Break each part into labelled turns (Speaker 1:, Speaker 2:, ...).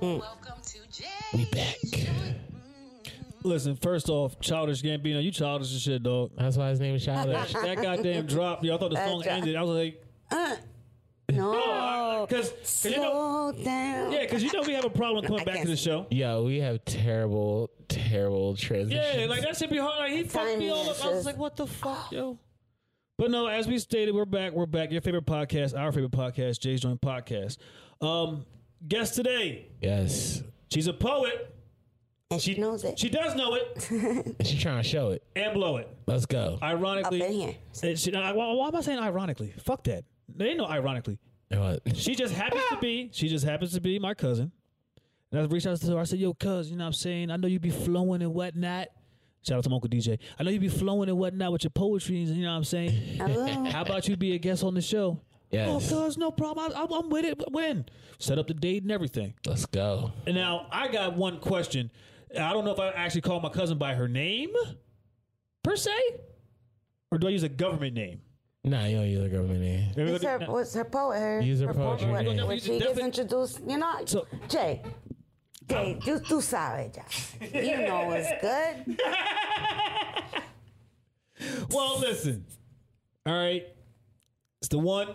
Speaker 1: Welcome to Jay.
Speaker 2: We back.
Speaker 3: Listen, first off, childish Gambino, you childish as shit, dog.
Speaker 2: That's why his name is Childish.
Speaker 3: That goddamn drop, yo. I thought the
Speaker 4: That
Speaker 3: song
Speaker 4: drop. Oh,
Speaker 3: ended. I was like,
Speaker 4: No.
Speaker 3: because
Speaker 4: Slow
Speaker 3: you know,
Speaker 4: down.
Speaker 3: yeah, because you know we have a problem coming back to
Speaker 4: guess.
Speaker 3: the show.
Speaker 2: Yo, we have terrible, terrible transitions.
Speaker 3: Yeah, like that should be hard. Like he fucked me
Speaker 4: timing
Speaker 3: all up.
Speaker 4: is
Speaker 3: I was
Speaker 4: just-
Speaker 3: like, what the fuck, yo. But no, as we stated, we're back. We're back. Your favorite podcast, our favorite podcast, Jay's Joint Podcast. Um, guest today,
Speaker 2: yes,
Speaker 3: she's a poet.
Speaker 4: And she knows it.
Speaker 3: She does know it
Speaker 2: she's trying to show it.
Speaker 3: and blow it.
Speaker 2: Let's go.
Speaker 4: Up in
Speaker 3: Ironically,
Speaker 4: here.
Speaker 3: and she, now, why, why am I saying ironically? Fuck that. They ain't no ironically.
Speaker 2: You know what?
Speaker 3: She just happens to be. She just happens to be my cousin. And I reached out to her. I said, "Yo, cuz, you know what I'm saying? I know you be flowing and whatnot. Shout out to my uncle DJ. I know you be flowing and whatnot with your poetry. and You know what I'm saying?
Speaker 4: Hello.
Speaker 3: How about you be a guest on the show?
Speaker 2: Yes.
Speaker 3: Oh, cuz, no problem. I, I'm, I'm with it. When set up the date and everything.
Speaker 2: Let's go.
Speaker 3: And now I got one question. I don't know if I actually call my cousin by her name, per se, or do I use a government name?
Speaker 2: Nah, you don't use a government name.
Speaker 4: It's her, what's her poet? Her,
Speaker 2: Use her
Speaker 4: her poet,
Speaker 2: poetry
Speaker 4: when-
Speaker 2: name.
Speaker 4: When she gets
Speaker 3: Definitely-
Speaker 4: introduced, you know,
Speaker 3: So-
Speaker 4: Jay, Jay, do do sorry, Jay. You know it's good.
Speaker 3: Well, listen. All right. It's the one,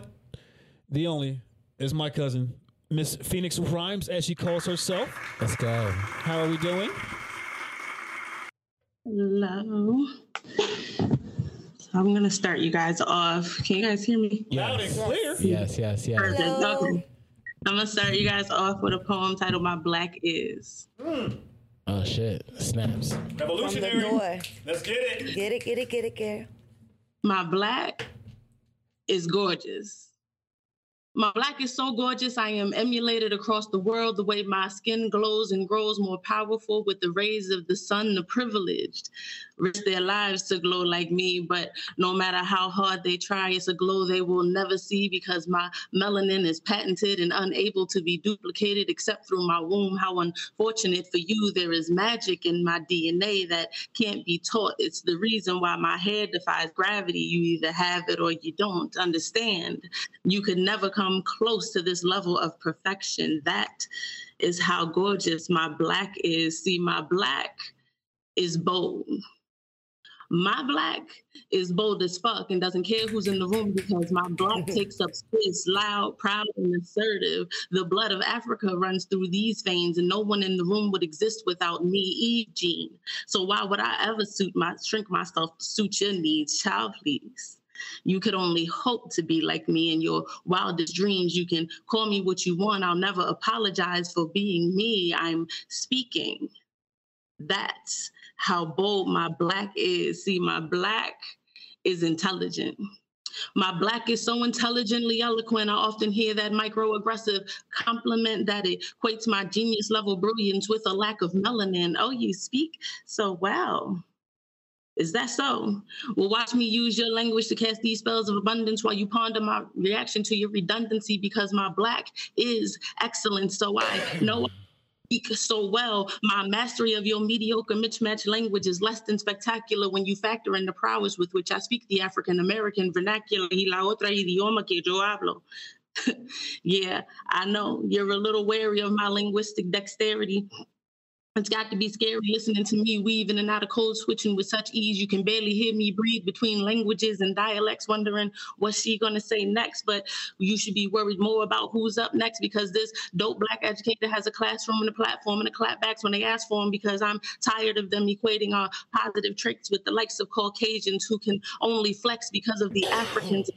Speaker 3: the only, is my cousin, Miss Phoenix Rhymes, as she calls herself.
Speaker 2: Let's go.
Speaker 3: How are we doing?
Speaker 5: Hello. So I'm gonna start you guys off. Can you guys hear me?
Speaker 3: Loud and clear.
Speaker 2: Yes, yes, yes.
Speaker 5: Perfect.
Speaker 4: Hello.
Speaker 5: Okay. I'm gonna start you guys off with a poem titled "My Black Is."
Speaker 2: Oh shit. Snaps.
Speaker 4: From the door.
Speaker 3: Let's get it.
Speaker 4: Get it, get it, get it, get it.
Speaker 5: My black is gorgeous. My black is so gorgeous, I am emulated across the world the way my skin glows and grows more powerful with the rays of the sun. The privileged risk their lives to glow like me, but no matter how hard they try, it's a glow they will never see because my melanin is patented and unable to be duplicated except through my womb. How unfortunate for you, there is magic in my DNA that can't be taught. It's the reason why my hair defies gravity. You either have it or you don't understand. You could never come close to this level of perfection. That is how gorgeous my black is. See, my black is bold. My black is bold as fuck and doesn't care who's in the room because my black takes up space, loud, proud, and assertive. The blood of Africa runs through these veins, and no one in the room would exist without me, Eve Jean. So why would I ever suit my shrink myself to suit your needs, child? Please. You could only hope to be like me in your wildest dreams. You can call me what you want. I'll never apologize for being me. I'm speaking. That's how bold my black is. See, my black is intelligent. My black is so intelligently eloquent. I often hear that microaggressive compliment that equates my genius level brilliance with a lack of melanin. Oh, you speak so well. Is that so? Well, watch me use your language to cast these spells of abundance while you ponder my reaction to your redundancy because my black is excellent. So I know speak so well. My mastery of your mediocre mismatched language is less than spectacular when you factor in the prowess with which I speak the African American vernacular y la otra idioma que yo hablo. yeah, I know you're a little wary of my linguistic dexterity. It's got to be scary listening to me weave in and out of code switching with such ease. You can barely hear me breathe between languages and dialects, wondering what's she going to say next. But you should be worried more about who's up next because this dope black educator has a classroom and a platform and a clapbacks when they ask for them because I'm tired of them equating our positive traits with the likes of Caucasians who can only flex because of the Africans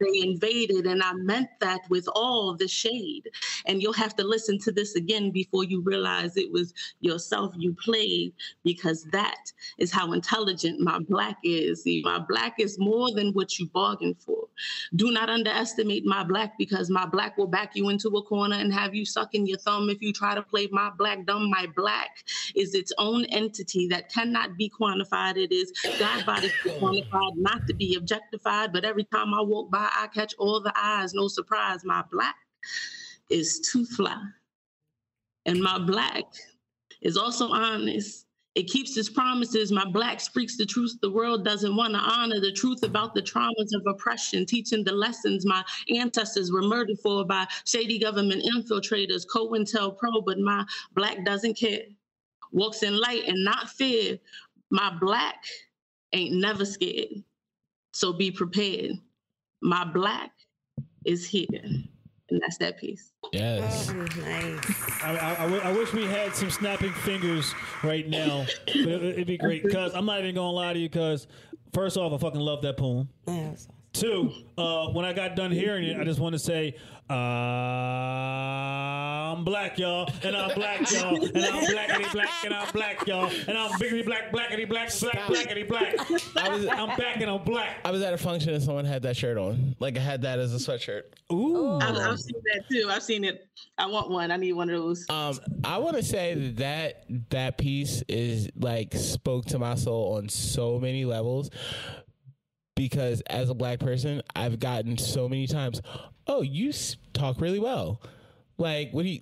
Speaker 5: they invaded. And I meant that with all the shade. And you'll have to listen to this again before you realize it was yourself you played because that is how intelligent my black is. See, my black is more than what you bargained for. Do not underestimate my black because my black will back you into a corner and have you sucking your thumb if you try to play my black dumb. My black is its own entity that cannot be quantified. It is God body quantified, not to be objectified. But every time I walk by, I catch all the eyes. No surprise, my black is too fly. And my black is also honest. It keeps its promises. My black speaks the truth. The world doesn't want to honor the truth about the traumas of oppression, teaching the lessons my ancestors were murdered for by shady government infiltrators, COINTELPRO, but my black doesn't care. Walks in light and not fear. My black ain't never scared. So be prepared. My black is here. And that's that piece.
Speaker 2: Yes.
Speaker 4: nice.
Speaker 3: I, I- I w- I wish we had some snapping fingers right now, but it, it'd be great. Cause I'm not even gonna lie to you. Cause first off, I fucking love that poem.
Speaker 4: Yes.
Speaker 3: Two, uh, when I got done hearing it, I just want to say, I'm black, y'all, and I'm black, y'all, and I'm blackity black, and I'm black, y'all, and I'm biggity black, blackity black, black, blackity black.
Speaker 2: I was
Speaker 3: I'm back and I'm black.
Speaker 2: I was at a function and someone had that shirt on. Like I had that as a sweatshirt.
Speaker 3: Ooh,
Speaker 5: I've, I've seen that too. I've seen it. I want one. I need one of those.
Speaker 2: Um, I want to say that, that that piece is like spoke to my soul on so many levels because as a black person, I've gotten so many times, "Oh, you s- talk really well." Like, what do you?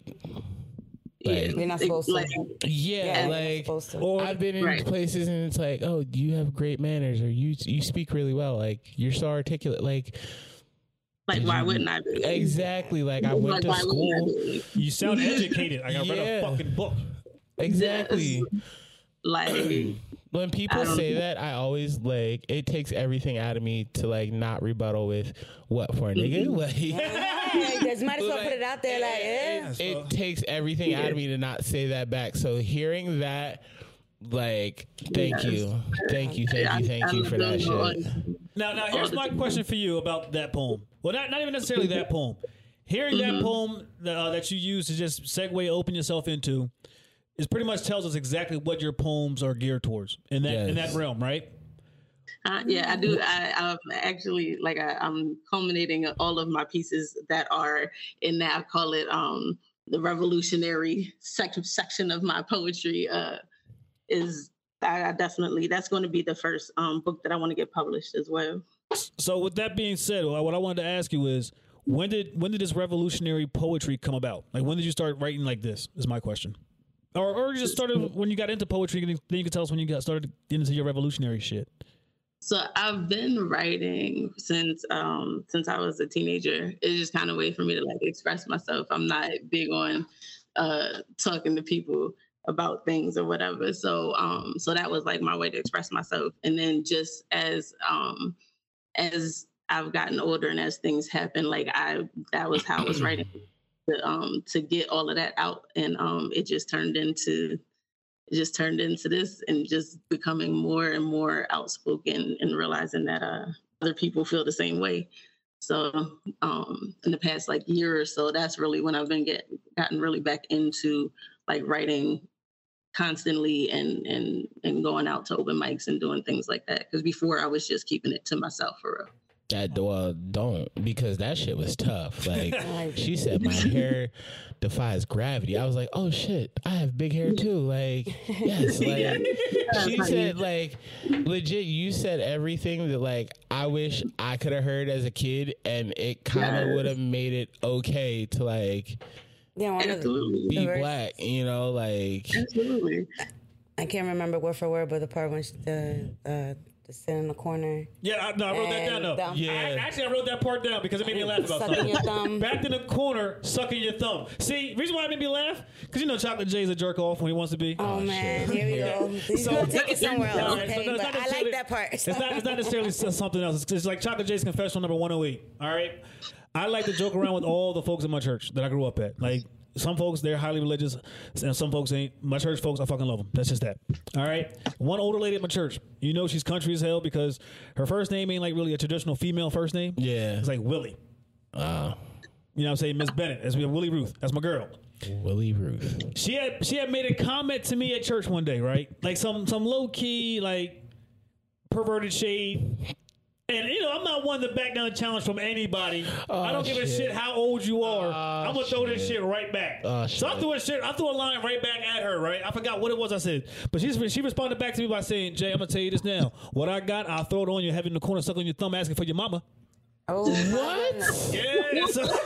Speaker 2: Like,
Speaker 4: We're not supposed to.
Speaker 5: Like,
Speaker 2: yeah,
Speaker 4: Yeah, we're not
Speaker 2: like.
Speaker 4: supposed to.
Speaker 3: or
Speaker 2: I've been in
Speaker 5: Right.
Speaker 2: places and it's like, oh, you have great manners, or you you speak really well, like you're so articulate, like
Speaker 5: like why wouldn't I be?
Speaker 2: exactly, like I
Speaker 5: Like,
Speaker 2: went to
Speaker 5: why wouldn't I
Speaker 2: school,
Speaker 5: be?
Speaker 3: you sound educated. Like I read
Speaker 2: Yeah.
Speaker 3: a fucking book.
Speaker 2: exactly.
Speaker 5: Like,
Speaker 2: when people
Speaker 5: I don't
Speaker 2: say
Speaker 5: know.
Speaker 2: that, I always like it takes everything out of me to like not rebuttal with what for a nigga. Like
Speaker 4: Yeah, you just might as well put it out there like, eh.
Speaker 2: it, it takes everything out of me to not say that back. So hearing that, like, thank you, thank you, thank you, thank you for that shit.
Speaker 3: Now, now here's my question for you about that poem. Well, not, not even necessarily that poem. Hearing that poem uh, that you use to just segue open yourself into is pretty much tells us exactly what your poems are geared towards in that in
Speaker 2: Yes.
Speaker 3: that realm, right?
Speaker 5: Uh, yeah, I do. I, I'm actually like I, I'm culminating all of my pieces that are in that. I call it um, the revolutionary sec- section of my poetry. Uh, is I, I definitely that's going to be the first um, book that I want to get published as well.
Speaker 3: So, with that being said, what I- what I wanted to ask you is when did when did this revolutionary poetry come about? Like, when did you start writing like this? Is my question. Or, or you just started when you got into poetry. and Then you can tell us when you got started getting into your revolutionary shit.
Speaker 5: So I've been writing since um since I was a teenager. It's just kind of a way for me to like express myself. I'm not big on uh talking to people about things or whatever. So um so that was like my way to express myself. And then just as um as I've gotten older and as things happen, like I that was how I was writing to um to get all of that out and um it just turned into it just turned into this and just becoming more and more outspoken and realizing that uh, other people feel the same way. So um, in the past like year or so, that's really when I've been get gotten really back into like writing constantly and and and going out to open mics and doing things like that. Because before I was just keeping it to myself for real.
Speaker 2: That well, don't because that shit was tough. Like
Speaker 4: Like,
Speaker 2: she said, my hair defies gravity. I was like, oh shit, I have big hair too. Like yes, like. she said like legit you said everything that like i wish i could have heard as a kid and it kind of
Speaker 5: Yes.
Speaker 2: would have made it okay to like
Speaker 4: yeah, one of the,
Speaker 5: absolutely,
Speaker 2: be
Speaker 4: Diverse.
Speaker 2: black you know like
Speaker 5: absolutely.
Speaker 4: I can't remember word for word, but the part when she, the uh, the sit in the corner,
Speaker 3: Yeah, I, no, I wrote that down
Speaker 4: And,
Speaker 3: though.
Speaker 4: um,
Speaker 3: yeah,
Speaker 2: Yeah.
Speaker 3: I, actually, I wrote that part down because it made me laugh about
Speaker 4: Sucking
Speaker 3: something.
Speaker 4: your thumb.
Speaker 3: Back in the corner, sucking your thumb. See, reason why it made me laugh because you know Chocolate J's a jerk off when he wants to be.
Speaker 4: Oh, man, here we go. He's gonna take it somewhere else.
Speaker 3: Alright, so
Speaker 4: Kenny,
Speaker 3: no, it's
Speaker 4: but
Speaker 3: not
Speaker 4: I like
Speaker 3: necessarily-
Speaker 4: that part.
Speaker 3: It's not, it's not necessarily s- something else. It's, it's like Chocolate J's confessional number 108. All right. I like to joke around with all the folks in my church that I grew up at. Like, some folks, they're highly religious, and some folks ain't. My church folks, I fucking love them. That's just that. All right. One older lady at my church, you know, she's country as hell because her first name ain't like really a traditional female first name.
Speaker 2: Yeah.
Speaker 3: It's like Willie. You know what I'm saying? Miss Bennett. That's we have Willie Ruth. That's my girl.
Speaker 2: willie ruth
Speaker 3: She had she had made a comment to me at church one day, right? Like some some low key like perverted shade. And you know, I'm not one to back down a challenge from anybody. I don't give a
Speaker 2: Oh, shit.
Speaker 3: shit how old you are.
Speaker 2: Oh,
Speaker 3: I'm gonna throw this
Speaker 2: shit.
Speaker 3: shit right back.
Speaker 2: Oh,
Speaker 3: so I
Speaker 2: shit.
Speaker 3: threw a shit. I threw a line right back at her. Right? I forgot what it was I said, but she she responded back to me by saying, "Jay, I'm gonna tell you this now. What I got, I'll throw it on you, having the corner suck on your thumb, asking for your mama."
Speaker 4: Oh, what?
Speaker 2: what
Speaker 3: Yeah. so-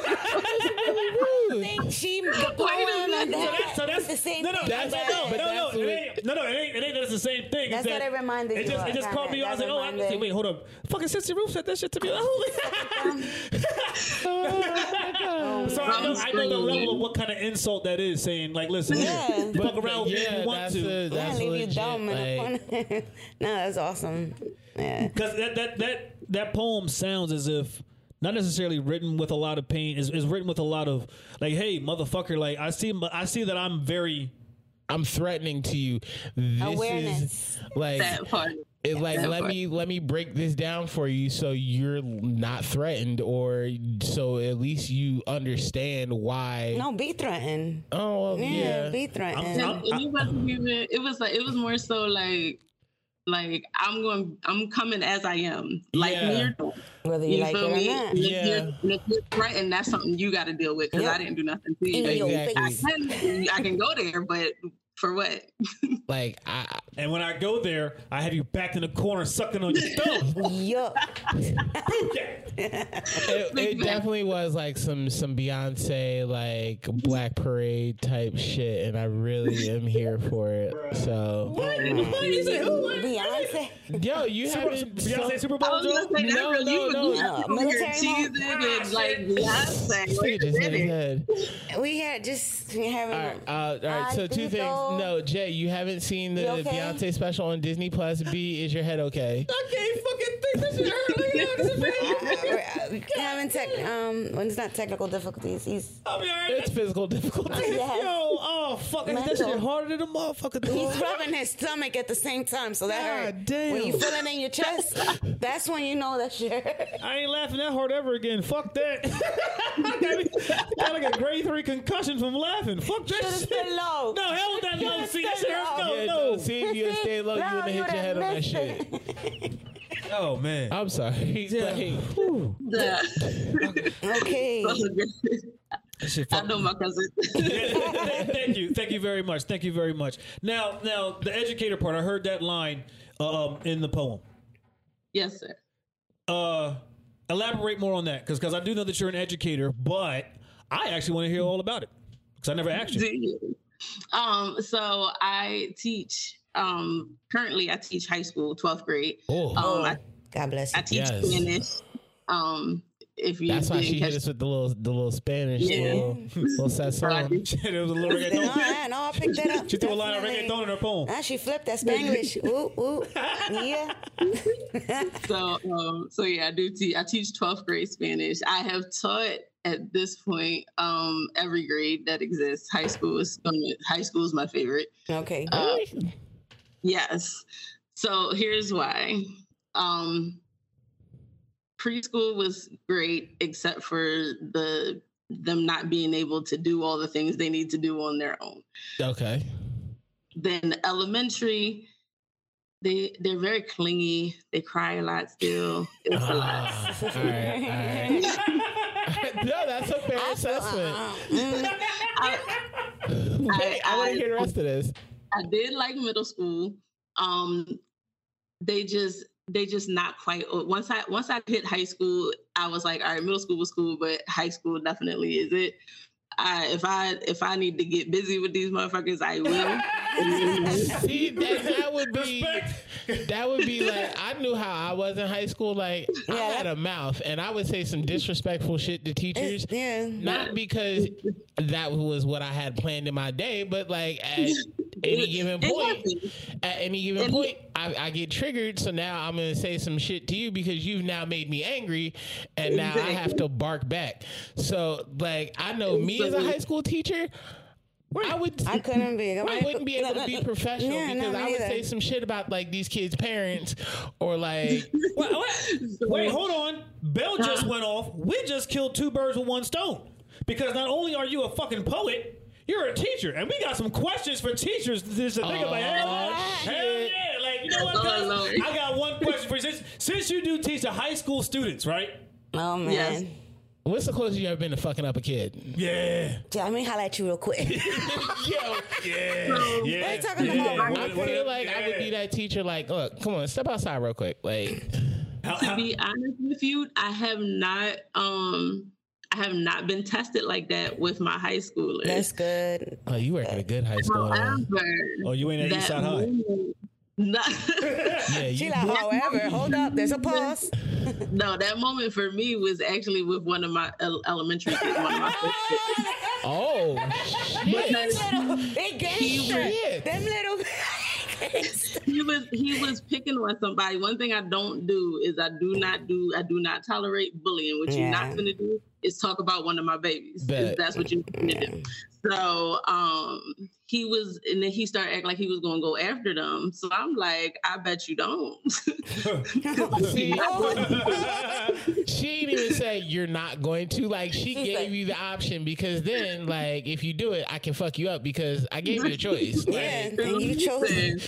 Speaker 4: I think she the poem
Speaker 5: Wait a
Speaker 4: mean
Speaker 3: So
Speaker 4: that.
Speaker 3: that's, so that's
Speaker 4: It's the same
Speaker 3: no, no,
Speaker 4: thing.
Speaker 2: That's-
Speaker 3: no,
Speaker 2: no,
Speaker 3: no,
Speaker 4: but-
Speaker 2: but
Speaker 3: no,
Speaker 2: that's
Speaker 3: no,
Speaker 2: what-
Speaker 3: it ain't, no, no, it ain't, it ain't. That's the same thing.
Speaker 4: That's
Speaker 3: It's
Speaker 4: what
Speaker 3: that-
Speaker 4: it reminded
Speaker 3: It
Speaker 4: you
Speaker 3: just,
Speaker 4: of,
Speaker 3: it just caught me.
Speaker 4: kinda.
Speaker 3: I was
Speaker 4: That
Speaker 3: like, oh, I
Speaker 4: reminded-
Speaker 3: said, wait, hold up. Fucking Sissy Roof said that shit to me. Holy. so I know, I know the level of what kind of insult that is. Saying like, listen,
Speaker 4: Yeah.
Speaker 3: fuck around if
Speaker 2: yeah,
Speaker 3: you want
Speaker 2: that's
Speaker 3: to.
Speaker 2: a-
Speaker 4: Yeah,
Speaker 2: that's
Speaker 4: leave you
Speaker 2: legit,
Speaker 4: dumb in
Speaker 2: like-
Speaker 4: the corner. no, that's awesome. Yeah.
Speaker 3: Because that, that that that poem sounds as if not necessarily written with a lot of pain. Is is written with a lot of like, hey, motherfucker. Like I see, I see that I'm very.
Speaker 2: I'm threatening to you. This
Speaker 4: Awareness.
Speaker 2: is like
Speaker 5: That part.
Speaker 2: it like
Speaker 5: that
Speaker 2: let
Speaker 5: part.
Speaker 2: me let me break this down for you so you're not threatened or so at least you understand why.
Speaker 4: No, be threatened.
Speaker 2: Oh well,
Speaker 4: Yeah,
Speaker 2: yeah.
Speaker 4: be threatened.
Speaker 3: I'm-
Speaker 5: And it wasn't even. It was like it was more so like, like I'm going. I'm coming as I am. Like
Speaker 2: Yeah.
Speaker 5: near.
Speaker 4: Whether you,
Speaker 5: You
Speaker 4: like it
Speaker 5: feel me?
Speaker 4: or not.
Speaker 5: And if
Speaker 2: Yeah.
Speaker 5: you're- and if you're threatened, that's something you got to deal with because
Speaker 4: Yep.
Speaker 5: I didn't do nothing to you.
Speaker 4: In your
Speaker 2: Exactly.
Speaker 4: face.
Speaker 5: I, I can go there, but for what?
Speaker 2: Like I
Speaker 3: And when I go there, I have you backed in the corner, sucking on your thumb.
Speaker 4: Yup.
Speaker 2: it, it definitely was like some some Beyonce like Black Parade type shit, and I really am here for it. So,
Speaker 4: Mm. Beyonce.
Speaker 2: yo, you
Speaker 3: Super-
Speaker 2: haven't
Speaker 3: Beyonce
Speaker 2: so-
Speaker 3: Super
Speaker 5: I
Speaker 3: Bowl,
Speaker 5: was gonna
Speaker 3: Joe?
Speaker 5: say that
Speaker 2: No,
Speaker 5: really-
Speaker 2: no,
Speaker 5: you
Speaker 2: no.
Speaker 5: you
Speaker 4: No,
Speaker 5: over here
Speaker 4: military mode.
Speaker 5: cheating and like Beyonce.
Speaker 2: This nigga
Speaker 5: Wait a
Speaker 2: just hit his
Speaker 5: minute.
Speaker 2: head.
Speaker 4: We had just we having
Speaker 2: All right, uh, all right. So two
Speaker 4: Maldito.
Speaker 2: things. No, Jay, you haven't seen the
Speaker 4: You okay?
Speaker 2: Beyonce special on Disney Plus. B, is your head okay?
Speaker 3: I can't fucking think this is her.
Speaker 4: uh, we're, uh, we're having tech um when it's not technical difficulties. He's
Speaker 3: I'll be alright.
Speaker 2: It's physical difficulties.
Speaker 4: Yes.
Speaker 3: Yo, oh fuck, that
Speaker 4: Mental.
Speaker 3: shit harder than a motherfucker.
Speaker 4: he's
Speaker 3: dog.
Speaker 4: rubbing his stomach at the same time, so that
Speaker 3: God
Speaker 4: hurt.
Speaker 3: damn.
Speaker 4: When you feel it in your chest, that's when you know that shit hurt.
Speaker 3: I ain't laughing that hard ever again. Fuck that. I got, me- got like a grade three concussion from laughing. Fuck that
Speaker 4: Should've
Speaker 3: shit.
Speaker 4: stayed low.
Speaker 3: No, hell with that low.
Speaker 4: Should've
Speaker 3: See, that
Speaker 4: stayed
Speaker 3: shit hurt.
Speaker 4: low.
Speaker 3: No,
Speaker 2: Yeah,
Speaker 3: no.
Speaker 2: no, see if you stay low, you
Speaker 4: No,
Speaker 2: would have hit
Speaker 4: you
Speaker 2: your
Speaker 4: done
Speaker 2: head on that
Speaker 4: missed
Speaker 2: shit.
Speaker 4: it.
Speaker 3: Oh man.
Speaker 2: I'm sorry. Like,
Speaker 4: Okay.
Speaker 3: That shit
Speaker 5: I
Speaker 3: fucked
Speaker 5: know my cousin.
Speaker 3: thank you, thank you very much, thank you very much. Now, now the educator part. I heard that line um, in the poem.
Speaker 5: yes, sir.
Speaker 3: Uh, elaborate more on that, because I do know that you're an educator, but I actually want to hear all about it because I never asked you.
Speaker 5: Do you? Um, so I teach. Um, currently, I teach high school, twelfth grade.
Speaker 2: oh,
Speaker 5: Um, I,
Speaker 4: God bless
Speaker 5: I
Speaker 4: you.
Speaker 5: teach
Speaker 2: Yes.
Speaker 5: Spanish. Um, if you
Speaker 2: that's why
Speaker 5: didn't
Speaker 2: she
Speaker 5: catch
Speaker 2: hit us with the little, the little Spanish,
Speaker 5: Yeah.
Speaker 2: little, little sasson.
Speaker 3: Shit, it was a little
Speaker 4: No,
Speaker 3: reggaeton.
Speaker 4: I, no, I picked that up.
Speaker 3: She threw a line of
Speaker 4: Definitely.
Speaker 3: reggaeton in her poem.
Speaker 4: Now Ah, she flipped that Spanglish. Ooh, ooh. Yeah.
Speaker 5: so um so yeah i do teach i teach 12th grade spanish i have taught at this point um every grade that exists high school is high school is my favorite
Speaker 4: Okay.
Speaker 2: Ah,
Speaker 5: Uh, yes so here's why um preschool was great except for the them not being able to do all the things they need to do on their own
Speaker 2: Okay.
Speaker 5: then elementary they they're very clingy they cry a lot still it's a lot
Speaker 2: Ah, all right, all right. no, that's a fair assessment.
Speaker 4: Mm,
Speaker 2: Wait, I want to hear the rest of this.
Speaker 5: I did like middle school. Um, they just they just not quite once I once I hit high school, I was like, all right, middle school was cool, but high school definitely is it. I if I if I need to get busy with these motherfuckers, I
Speaker 4: Mm.
Speaker 5: will.
Speaker 2: See, that, that would be
Speaker 3: Respect.
Speaker 2: that would be like I knew how I was in high school. Like I
Speaker 4: Yeah,
Speaker 2: had a mouth, and I would say some disrespectful shit to teachers.
Speaker 4: yeah.
Speaker 2: Not because that was what I had planned in my day, but like at any given
Speaker 5: It
Speaker 2: point,
Speaker 5: happens.
Speaker 2: at any given point, I, I get triggered. So now I'm gonna say some shit to you because you've now made me angry, and now I have to bark back. So like I know me as a high school teacher, I would
Speaker 4: I couldn't be.
Speaker 2: I wouldn't be able to be professional
Speaker 4: Yeah,
Speaker 2: because
Speaker 4: no, me
Speaker 2: I would
Speaker 4: neither.
Speaker 2: say some shit about like these kids' parents or like
Speaker 3: What, what? Wait, hold on. Bell just went off. We just killed two birds with one stone. Because not only are you a fucking poet, you're a teacher. And we got some questions for teachers to, to think about. Hell,
Speaker 2: shit.
Speaker 3: hell yeah. Like, you know what,
Speaker 5: Oh,
Speaker 3: guys?
Speaker 5: Lord.
Speaker 3: I got one question for you. Since, since you do teach the high school students, right?
Speaker 4: Oh man.
Speaker 5: Yes.
Speaker 2: what's the closest you ever been to fucking up a kid?
Speaker 3: Yeah.
Speaker 4: Yeah, Let me holler at you real quick.
Speaker 2: Yo,
Speaker 3: Yeah. yeah.
Speaker 4: They talking about my-
Speaker 2: I feel like I would be that teacher. Like, look, come on, step outside real quick. Like,
Speaker 3: How,
Speaker 5: to
Speaker 3: how,
Speaker 5: be honest with you, I have not um I have not been tested like that with my high schoolers.
Speaker 6: That's good.
Speaker 2: Oh, you work at a good high school. huh?
Speaker 5: However,
Speaker 3: Oh, you ain't at
Speaker 5: that
Speaker 3: Eastside High.
Speaker 5: moment- no,
Speaker 2: Yeah,
Speaker 6: She
Speaker 2: you
Speaker 6: like, however, hold up. There's a pause.
Speaker 5: no, that moment for me was actually with one of my el- elementary kids, one of my first kids.
Speaker 2: Oh, shit.
Speaker 6: little, they
Speaker 2: Shit.
Speaker 6: gangster. Them little gangster.
Speaker 5: he was he was picking on somebody. One thing I don't do is I do not do I do not tolerate bullying. What you're
Speaker 6: Yeah.
Speaker 5: not gonna do is talk about one of my babies. If
Speaker 2: Bet.
Speaker 5: That's what you're gonna do. So um he was and then he started acting like he was gonna go after them. So I'm like, I bet you don't.
Speaker 2: See, she ain't even say you're not going to. Like she
Speaker 6: She's
Speaker 2: gave
Speaker 6: like-
Speaker 2: you the option because then, like, if you do it, I can fuck you up because I gave you the choice. Like,
Speaker 6: Yeah, and you chose.
Speaker 5: Listen,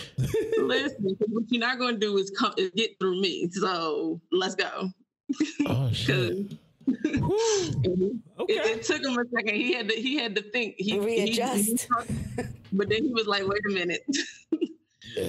Speaker 5: listen, 'cause what you're not gonna do is come is get through me. So let's
Speaker 2: Oh
Speaker 5: go. 'Cause
Speaker 2: shit.
Speaker 5: It, it took him a second. He had to he had to think. He he-
Speaker 6: Readjust.
Speaker 5: he- but then he was like, "Wait a minute."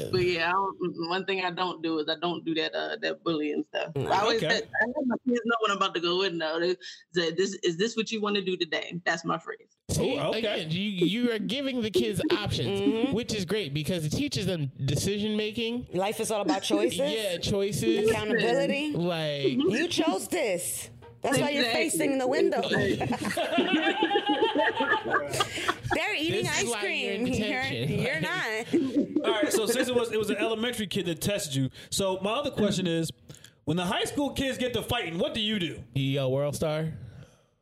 Speaker 5: but yeah, I don't, mm, one thing I don't do is I don't do that uh, that bullying stuff.
Speaker 6: Mm.
Speaker 5: I always
Speaker 3: Okay.
Speaker 5: said, I let my kids know when I'm about to go in. Though they said, "This is this what you want to do today?" That's my phrase.
Speaker 2: See,
Speaker 3: Oh, okay.
Speaker 2: again, you you are giving the kids options, which is great because it teaches them decision making.
Speaker 6: Life is all about choices.
Speaker 2: Yeah, choices.
Speaker 6: Accountability.
Speaker 2: Like
Speaker 4: Mm-hmm.
Speaker 6: You chose this. That's why you're
Speaker 5: Exactly.
Speaker 6: facing the window. They're eating
Speaker 2: This is
Speaker 6: ice
Speaker 2: why you're
Speaker 6: cream.
Speaker 2: in
Speaker 6: You're,
Speaker 2: detention.
Speaker 6: you're not.
Speaker 3: All right, so since it was it was an elementary kid that tested you, so my other question is, when the high school kids get to fighting, what do you do?
Speaker 2: yo, world star.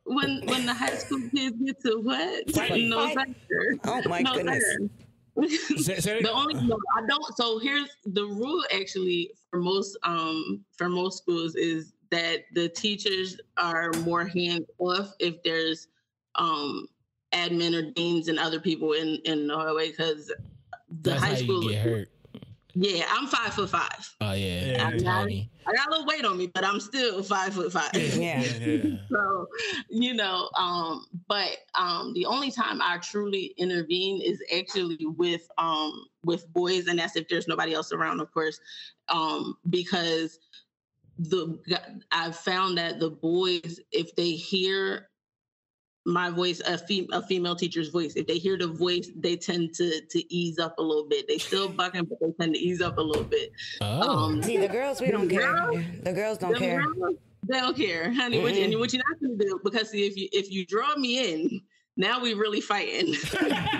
Speaker 5: When when the high school kids get to what?
Speaker 3: Fighting.
Speaker 5: No,
Speaker 6: Fight.
Speaker 5: sir.
Speaker 6: Oh, my
Speaker 5: No,
Speaker 6: goodness.
Speaker 5: sir.
Speaker 3: Say- say-
Speaker 5: the only no, I don't. So here's the rule actually for most um for most schools is that the teachers are more hands off if there's um admin or deans and other people in in Norway because the
Speaker 2: That's
Speaker 5: high
Speaker 2: how
Speaker 5: school.
Speaker 2: you get hurt.
Speaker 5: Yeah, I'm five foot five.
Speaker 2: Oh
Speaker 3: Yeah.
Speaker 2: yeah,
Speaker 5: I
Speaker 2: you're
Speaker 5: got,
Speaker 2: tiny.
Speaker 5: I got a little weight on me, but I'm still five foot five.
Speaker 6: Yeah.
Speaker 5: so you know um but um the only time i truly intervene is actually with um with boys and that's if there's nobody else around of course um because the i've found that the boys if they hear my voice a, fem- a female teacher's voice if they hear the voice they tend to to ease up a little bit they still bucking but they tend to ease up a little bit
Speaker 2: Oh,
Speaker 5: um
Speaker 6: See, the girls, we don't care. The girls don't
Speaker 5: them
Speaker 6: care.
Speaker 5: girls, They don't care, honey. What, you- and what you're not gonna do because see, if you if you draw me in, now we really fighting.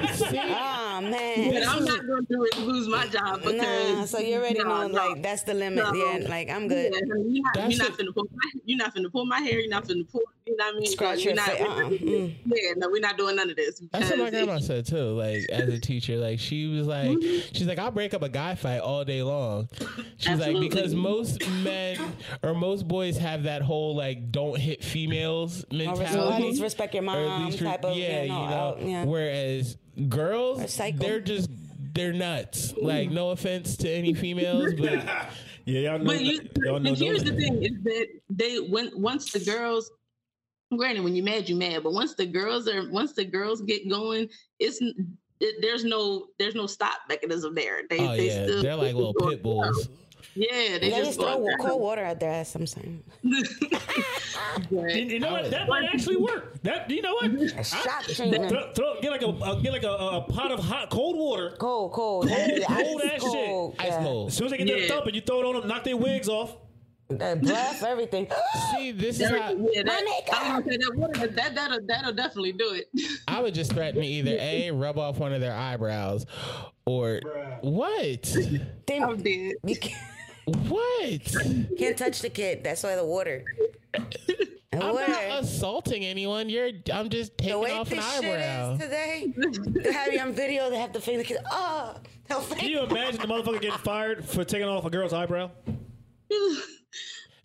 Speaker 6: Oh,
Speaker 5: but I'm
Speaker 6: man.
Speaker 5: not gonna do is lose my job because
Speaker 6: Nah, so you already
Speaker 5: Nah,
Speaker 6: know,
Speaker 5: nah.
Speaker 6: like, that's the limit.
Speaker 5: No.
Speaker 6: Yeah, like, I'm
Speaker 5: Yeah,
Speaker 6: good.
Speaker 5: honey, you're not,
Speaker 2: That's
Speaker 5: you're not
Speaker 2: it.
Speaker 5: finna pull my you're not finna pull my hair. You're not finna pull. You know what I mean?
Speaker 6: Scratch your
Speaker 5: you're not,
Speaker 6: face. Uh-uh. Mm.
Speaker 5: Yeah, no, we're not doing none of this.
Speaker 2: That's what my
Speaker 5: because if-
Speaker 2: grandma said too. Like as a teacher, like she was like,
Speaker 6: Mm-hmm.
Speaker 2: she's like, I'll break up a guy fight all day long. She's
Speaker 5: Absolutely.
Speaker 2: like, because most men or most boys have that whole like don't hit females
Speaker 6: Or
Speaker 2: mentality.
Speaker 6: at least respect your
Speaker 2: Or at
Speaker 6: mom
Speaker 2: least re-
Speaker 6: type of,
Speaker 2: yeah,
Speaker 6: you know, out- yeah.
Speaker 2: Whereas girls,
Speaker 6: cycle.
Speaker 2: they're just they're nuts. Like no offense to any females, but
Speaker 3: yeah, y'all know.
Speaker 5: But you,
Speaker 3: y'all know
Speaker 5: and here's the
Speaker 3: those.
Speaker 5: thing is that they when once the girls, granted, when you're mad, you mad. But once the girls are once the girls get going, it's n- it, there's no there's no stop mechanism there. They
Speaker 2: oh
Speaker 5: they
Speaker 2: yeah,
Speaker 5: still
Speaker 2: they're like little pit bulls.
Speaker 5: Yeah, they
Speaker 6: They
Speaker 5: just
Speaker 6: just throw
Speaker 5: going
Speaker 6: cold water at their ass sometimes.
Speaker 3: You,
Speaker 5: down.
Speaker 3: you know what? That might actually work. That you know what?
Speaker 4: Mm-hmm.
Speaker 6: Shock
Speaker 3: I,
Speaker 6: treatment.
Speaker 3: throw, throw, get like a uh, get like a, a pot of hot cold water.
Speaker 6: Cold, cold.
Speaker 3: Cold,
Speaker 6: Ice
Speaker 3: cold ass shit.
Speaker 2: Ice
Speaker 6: yeah.
Speaker 2: cold.
Speaker 3: As soon as they get
Speaker 5: Yeah.
Speaker 3: that thumping, you throw it on them, knock their wigs off.
Speaker 6: That bluff, everything.
Speaker 2: See, this is
Speaker 5: But,
Speaker 2: how
Speaker 5: yeah, that,
Speaker 6: Monica!
Speaker 5: I'm gonna say that water, but that that'll that'll definitely do it.
Speaker 2: I would just threaten to either a rub off one of their eyebrows, or what?
Speaker 6: They-
Speaker 5: I'm dead.
Speaker 6: you can't,
Speaker 2: What?
Speaker 6: can't touch the kid. That's why the water. The
Speaker 2: I'm
Speaker 6: water.
Speaker 2: not assaulting anyone. You're. I'm just
Speaker 6: the
Speaker 2: taking
Speaker 6: way
Speaker 2: off an
Speaker 6: this shit
Speaker 2: eyebrow.
Speaker 6: is today, to have you on video, they have to fake the kid. Oh, they'll
Speaker 3: Can
Speaker 6: fake.
Speaker 3: you imagine the motherfucker getting fired for taking off a girl's eyebrow?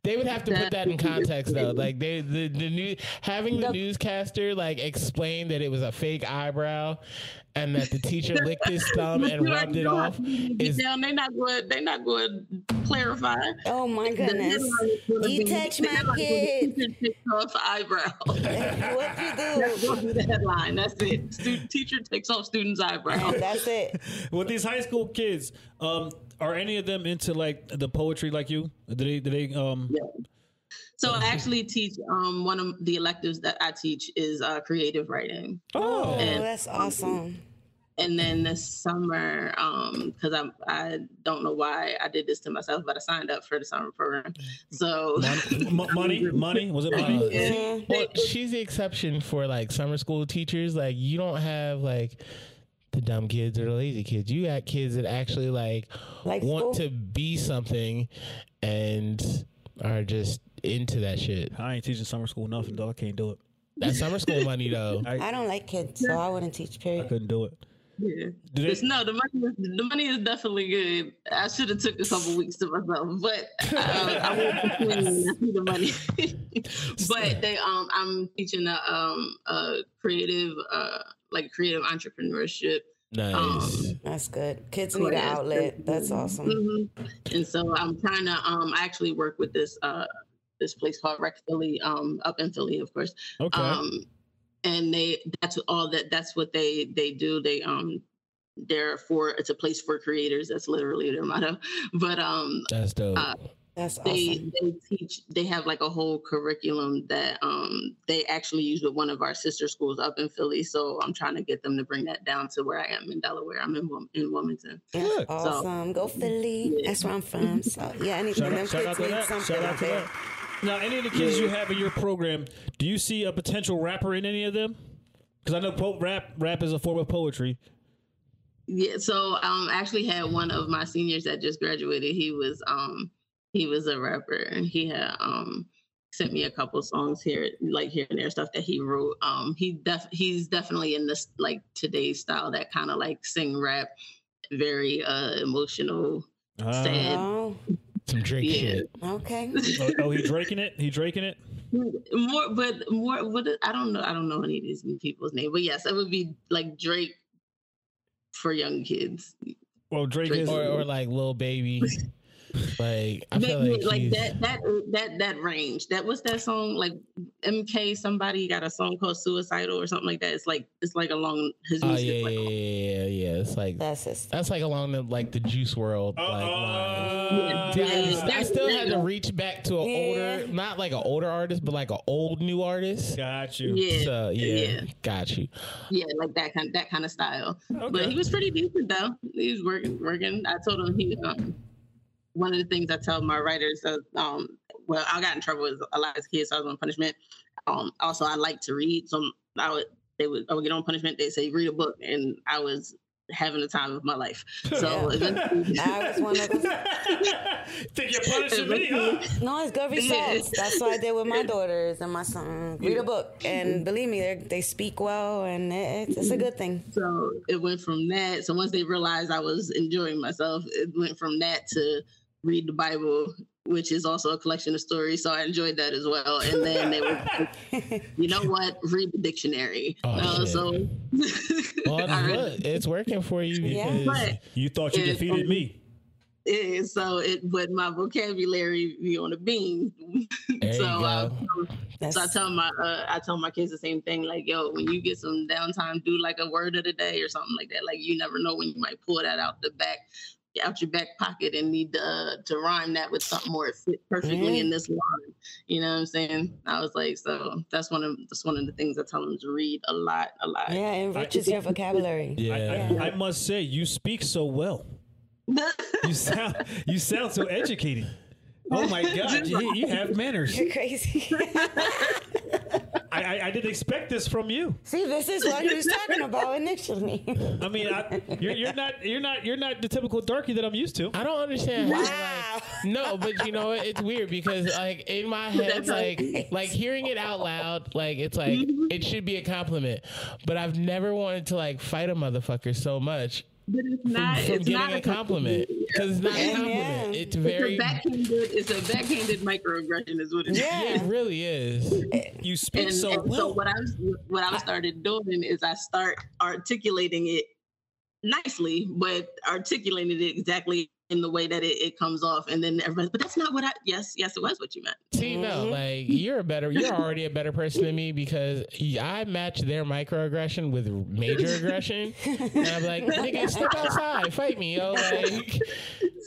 Speaker 2: They would have to put that in context, though. Like they, the the new having the
Speaker 6: The-
Speaker 2: newscaster like explain that it was a fake eyebrow, and that the teacher licked his thumb and rubbed it off. Is
Speaker 5: down. They not good. They not good. Clarify.
Speaker 6: Oh my goodness! You touch my kid.
Speaker 5: Off eyebrow.
Speaker 6: What you do?
Speaker 5: That'll be the headline. That's it. Student teacher takes off student's eyebrow.
Speaker 6: That's it.
Speaker 3: With these high school kids, um, are any of them into like the poetry like you? Do they? Do they? Um,
Speaker 5: So I actually teach um, one of the electives that I teach is uh, creative writing.
Speaker 2: Oh,
Speaker 6: Oh,
Speaker 5: And
Speaker 6: that's awesome.
Speaker 5: and then this summer, because I I don't know why I did this to myself, but I signed up for the summer program. So
Speaker 3: Mon- m- money, money. Was it money?
Speaker 5: Yeah.
Speaker 2: well, she's the exception for like summer school teachers. Like you don't have like the dumb kids or the lazy kids. You got kids that actually like,
Speaker 4: Like
Speaker 2: want
Speaker 4: school?
Speaker 2: to be something and are just into that shit.
Speaker 3: I ain't teaching summer school nothing, dog. I can't do it.
Speaker 2: That summer school money though.
Speaker 4: I don't like kids, so I wouldn't teach.
Speaker 3: I
Speaker 4: Period.
Speaker 3: couldn't do it.
Speaker 5: yeah.
Speaker 3: Do
Speaker 5: It's,
Speaker 3: they,
Speaker 5: no, the money, is- the money is definitely good. I should have took a couple weeks to myself, but uh, I will complain when I see the money. but they, um, I'm teaching a, um, a creative, uh, like creative entrepreneurship, Oh.
Speaker 2: Nice.
Speaker 4: That's good. Kids need an
Speaker 5: Yes.
Speaker 4: outlet. That's awesome.
Speaker 5: Mhm. and so I'm trying to. Um, I actually work with this uh, this place called Rec Philly, um, up in Philly, of course.
Speaker 3: okay.
Speaker 5: um and they that's all that that's what they they do they um they're for it's a place for creators that's literally their motto but um
Speaker 2: That's dope.
Speaker 5: Uh,
Speaker 4: That's
Speaker 5: they
Speaker 4: awesome.
Speaker 5: they teach they have like a whole curriculum that um they actually use with one of our sister schools up in philly so i'm trying to get them to bring that down to where i am in delaware i'm in, Wil- in wilmington
Speaker 3: Good.
Speaker 4: Awesome. Go Philly. That's where I'm
Speaker 5: Mm-hmm.
Speaker 4: from. So yeah, anything.
Speaker 3: Shout
Speaker 4: Them
Speaker 3: out, shout out
Speaker 4: kids
Speaker 3: to
Speaker 4: need
Speaker 3: that.
Speaker 4: something.
Speaker 3: Shout out
Speaker 4: out
Speaker 3: to
Speaker 4: there.
Speaker 3: that. Now, any of the kids you have in your program, do you see a potential rapper in any of them? Because I know po- rap rap is a form of poetry.
Speaker 5: Yeah, so um I actually had one of my seniors that just graduated. He was um he was a rapper and he had um sent me a couple songs here like here and there stuff that he wrote. Um he def he's definitely in this like today's style that kind of like sing rap, very uh emotional,
Speaker 3: Ah.
Speaker 5: sad.
Speaker 4: Oh,
Speaker 2: Some Drake
Speaker 5: yeah.
Speaker 2: shit.
Speaker 4: okay.
Speaker 3: oh, oh, he draking it. He draking it.
Speaker 5: More but more what I don't know I don't know any of these people's name, but yes, it would be like Drake for young kids.
Speaker 3: Well, Drake
Speaker 5: Drake.
Speaker 3: is.
Speaker 2: Or, or like little baby. like I
Speaker 5: That,
Speaker 2: feel like,
Speaker 5: like
Speaker 2: he's-
Speaker 5: that that that that range. That what's that song like? MK somebody got a song called "Suicidal" or something like that. It's like it's like along his
Speaker 2: Oh yeah,
Speaker 5: music.
Speaker 2: yeah,
Speaker 5: like,
Speaker 2: yeah, yeah, yeah. It's like
Speaker 4: That's his.
Speaker 2: that's like along the like the juice world.
Speaker 3: Uh,
Speaker 2: Like, line.
Speaker 5: Yeah.
Speaker 2: Dude, I just- I
Speaker 5: There's
Speaker 2: still had to
Speaker 5: niggas.
Speaker 2: reach back to an
Speaker 4: Yeah.
Speaker 2: older, not like an older artist, but like an old new artist.
Speaker 3: got you.
Speaker 5: Yeah,
Speaker 2: So yeah,
Speaker 5: Yeah.
Speaker 2: got you.
Speaker 5: yeah, like that kind that kind of style. But he
Speaker 3: Okay.
Speaker 5: was pretty decent though. He was working working. I told him he. Um, one of the things I tell my writers, uh, um, well, I got in trouble with a lot of kids, so I was on punishment. Um, also, I like to read, so I would they would I would get on punishment. They would say read a book, and I was having the time of my life. So eventually,
Speaker 4: I was one of those.
Speaker 3: Think you're punishing me? Huh?
Speaker 4: No, it's good results. That's what I did with my daughters and my son. Read a book,
Speaker 5: Mm-hmm.
Speaker 4: and believe me, they they speak well, and it, it's a good thing.
Speaker 5: So it went from that. So once they realized I was enjoying myself, it went from that to read the Bible, which is also a collection of stories. So I enjoyed that as well. And then they were, like, you know what? Read the dictionary.
Speaker 2: Oh,
Speaker 5: Uh,
Speaker 2: shit.
Speaker 5: so
Speaker 2: Well,
Speaker 5: I read-
Speaker 2: look, it's working for you
Speaker 4: Yeah.
Speaker 2: because
Speaker 5: But
Speaker 3: You thought you
Speaker 5: Yeah.
Speaker 3: defeated me.
Speaker 5: yeah, so it, but my vocabulary be on a beam.
Speaker 2: there
Speaker 5: so
Speaker 2: you go.
Speaker 5: uh,
Speaker 4: That's,
Speaker 5: So I tell my uh, I tell my kids the same thing, like, yo, when you get some downtime, do like a word of the day or something like that. Like you never know when you might pull that out the back, out your back pocket, and need to uh, to rhyme that with something more fit perfectly in this line. You know what I'm saying? I was like, so that's one of that's one of the things I tell them to read a lot, a lot.
Speaker 4: yeah, it enriches your vocabulary.
Speaker 2: yeah.
Speaker 3: I, I, I must say, you speak so well. You sound you sound so educated. Oh my god, you, you have manners.
Speaker 4: You're crazy.
Speaker 3: I, I, I didn't expect this from you.
Speaker 4: See, this is what he was talking about initially.
Speaker 3: I mean, I, you're, you're not you're not you're not the typical darky that I'm used to.
Speaker 2: I don't understand. How, like, no, but you know what? It's weird because like in my head,
Speaker 5: That's Mm-hmm.
Speaker 2: like like hearing it out loud, like it's like it should be a compliment. But I've never wanted to like fight a motherfucker so much
Speaker 5: But it's not.
Speaker 2: from
Speaker 5: it's not
Speaker 2: getting a compliment because it's not a compliment. It's very.
Speaker 5: It's a backhanded. It's a backhanded microaggression, is what it is.
Speaker 2: Yeah, it really is.
Speaker 3: You speak
Speaker 5: and,
Speaker 3: so
Speaker 5: and
Speaker 3: well.
Speaker 5: so what I was what I started doing is I start articulating it nicely, but articulating it exactly in the way that it, it comes off. And then everybody's, but that's not what I, yes, yes, it was what you meant.
Speaker 2: See,
Speaker 5: Mm-hmm.
Speaker 2: no, like you're a better, you're already a better person than me because I match their microaggression with major aggression, and I'm like, nigga, step outside, fight me, yo. Like,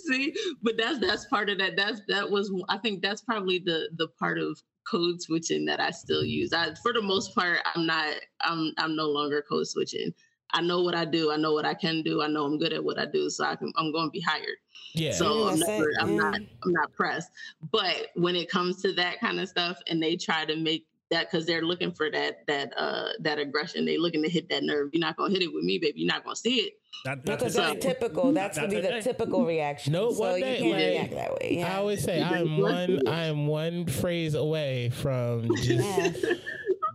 Speaker 5: See, but that's, that's part of that. That's, that was, I think that's probably the, the part of code switching that I still use. I, for the most part, I'm not, I'm, I'm no longer code switching. I know what I do. I know what I can do. I know I'm good at what I do. So I can, I'm going to be hired.
Speaker 2: yeah,
Speaker 5: So
Speaker 4: Yeah,
Speaker 5: I'm,
Speaker 4: that's
Speaker 5: never,
Speaker 4: it,
Speaker 5: I'm
Speaker 4: yeah.
Speaker 5: not I'm not pressed. But when it comes to that kind of stuff, and they try to make that because they're looking for that that uh that aggression, they looking to hit that nerve. You're not gonna hit it with me, baby. You're not gonna see it.
Speaker 3: Not, not
Speaker 4: Because
Speaker 3: to-
Speaker 5: So-
Speaker 4: that's typical. That's
Speaker 3: Mm-hmm. Not
Speaker 4: gonna be
Speaker 3: that
Speaker 4: the
Speaker 3: day.
Speaker 4: typical reaction.
Speaker 2: No,
Speaker 4: so
Speaker 2: one
Speaker 4: you
Speaker 2: day,
Speaker 4: can't
Speaker 2: like,
Speaker 4: react that way.
Speaker 2: I
Speaker 4: Yeah.
Speaker 2: always say I'm one, I'm one phrase away from
Speaker 4: Yeah.
Speaker 2: just,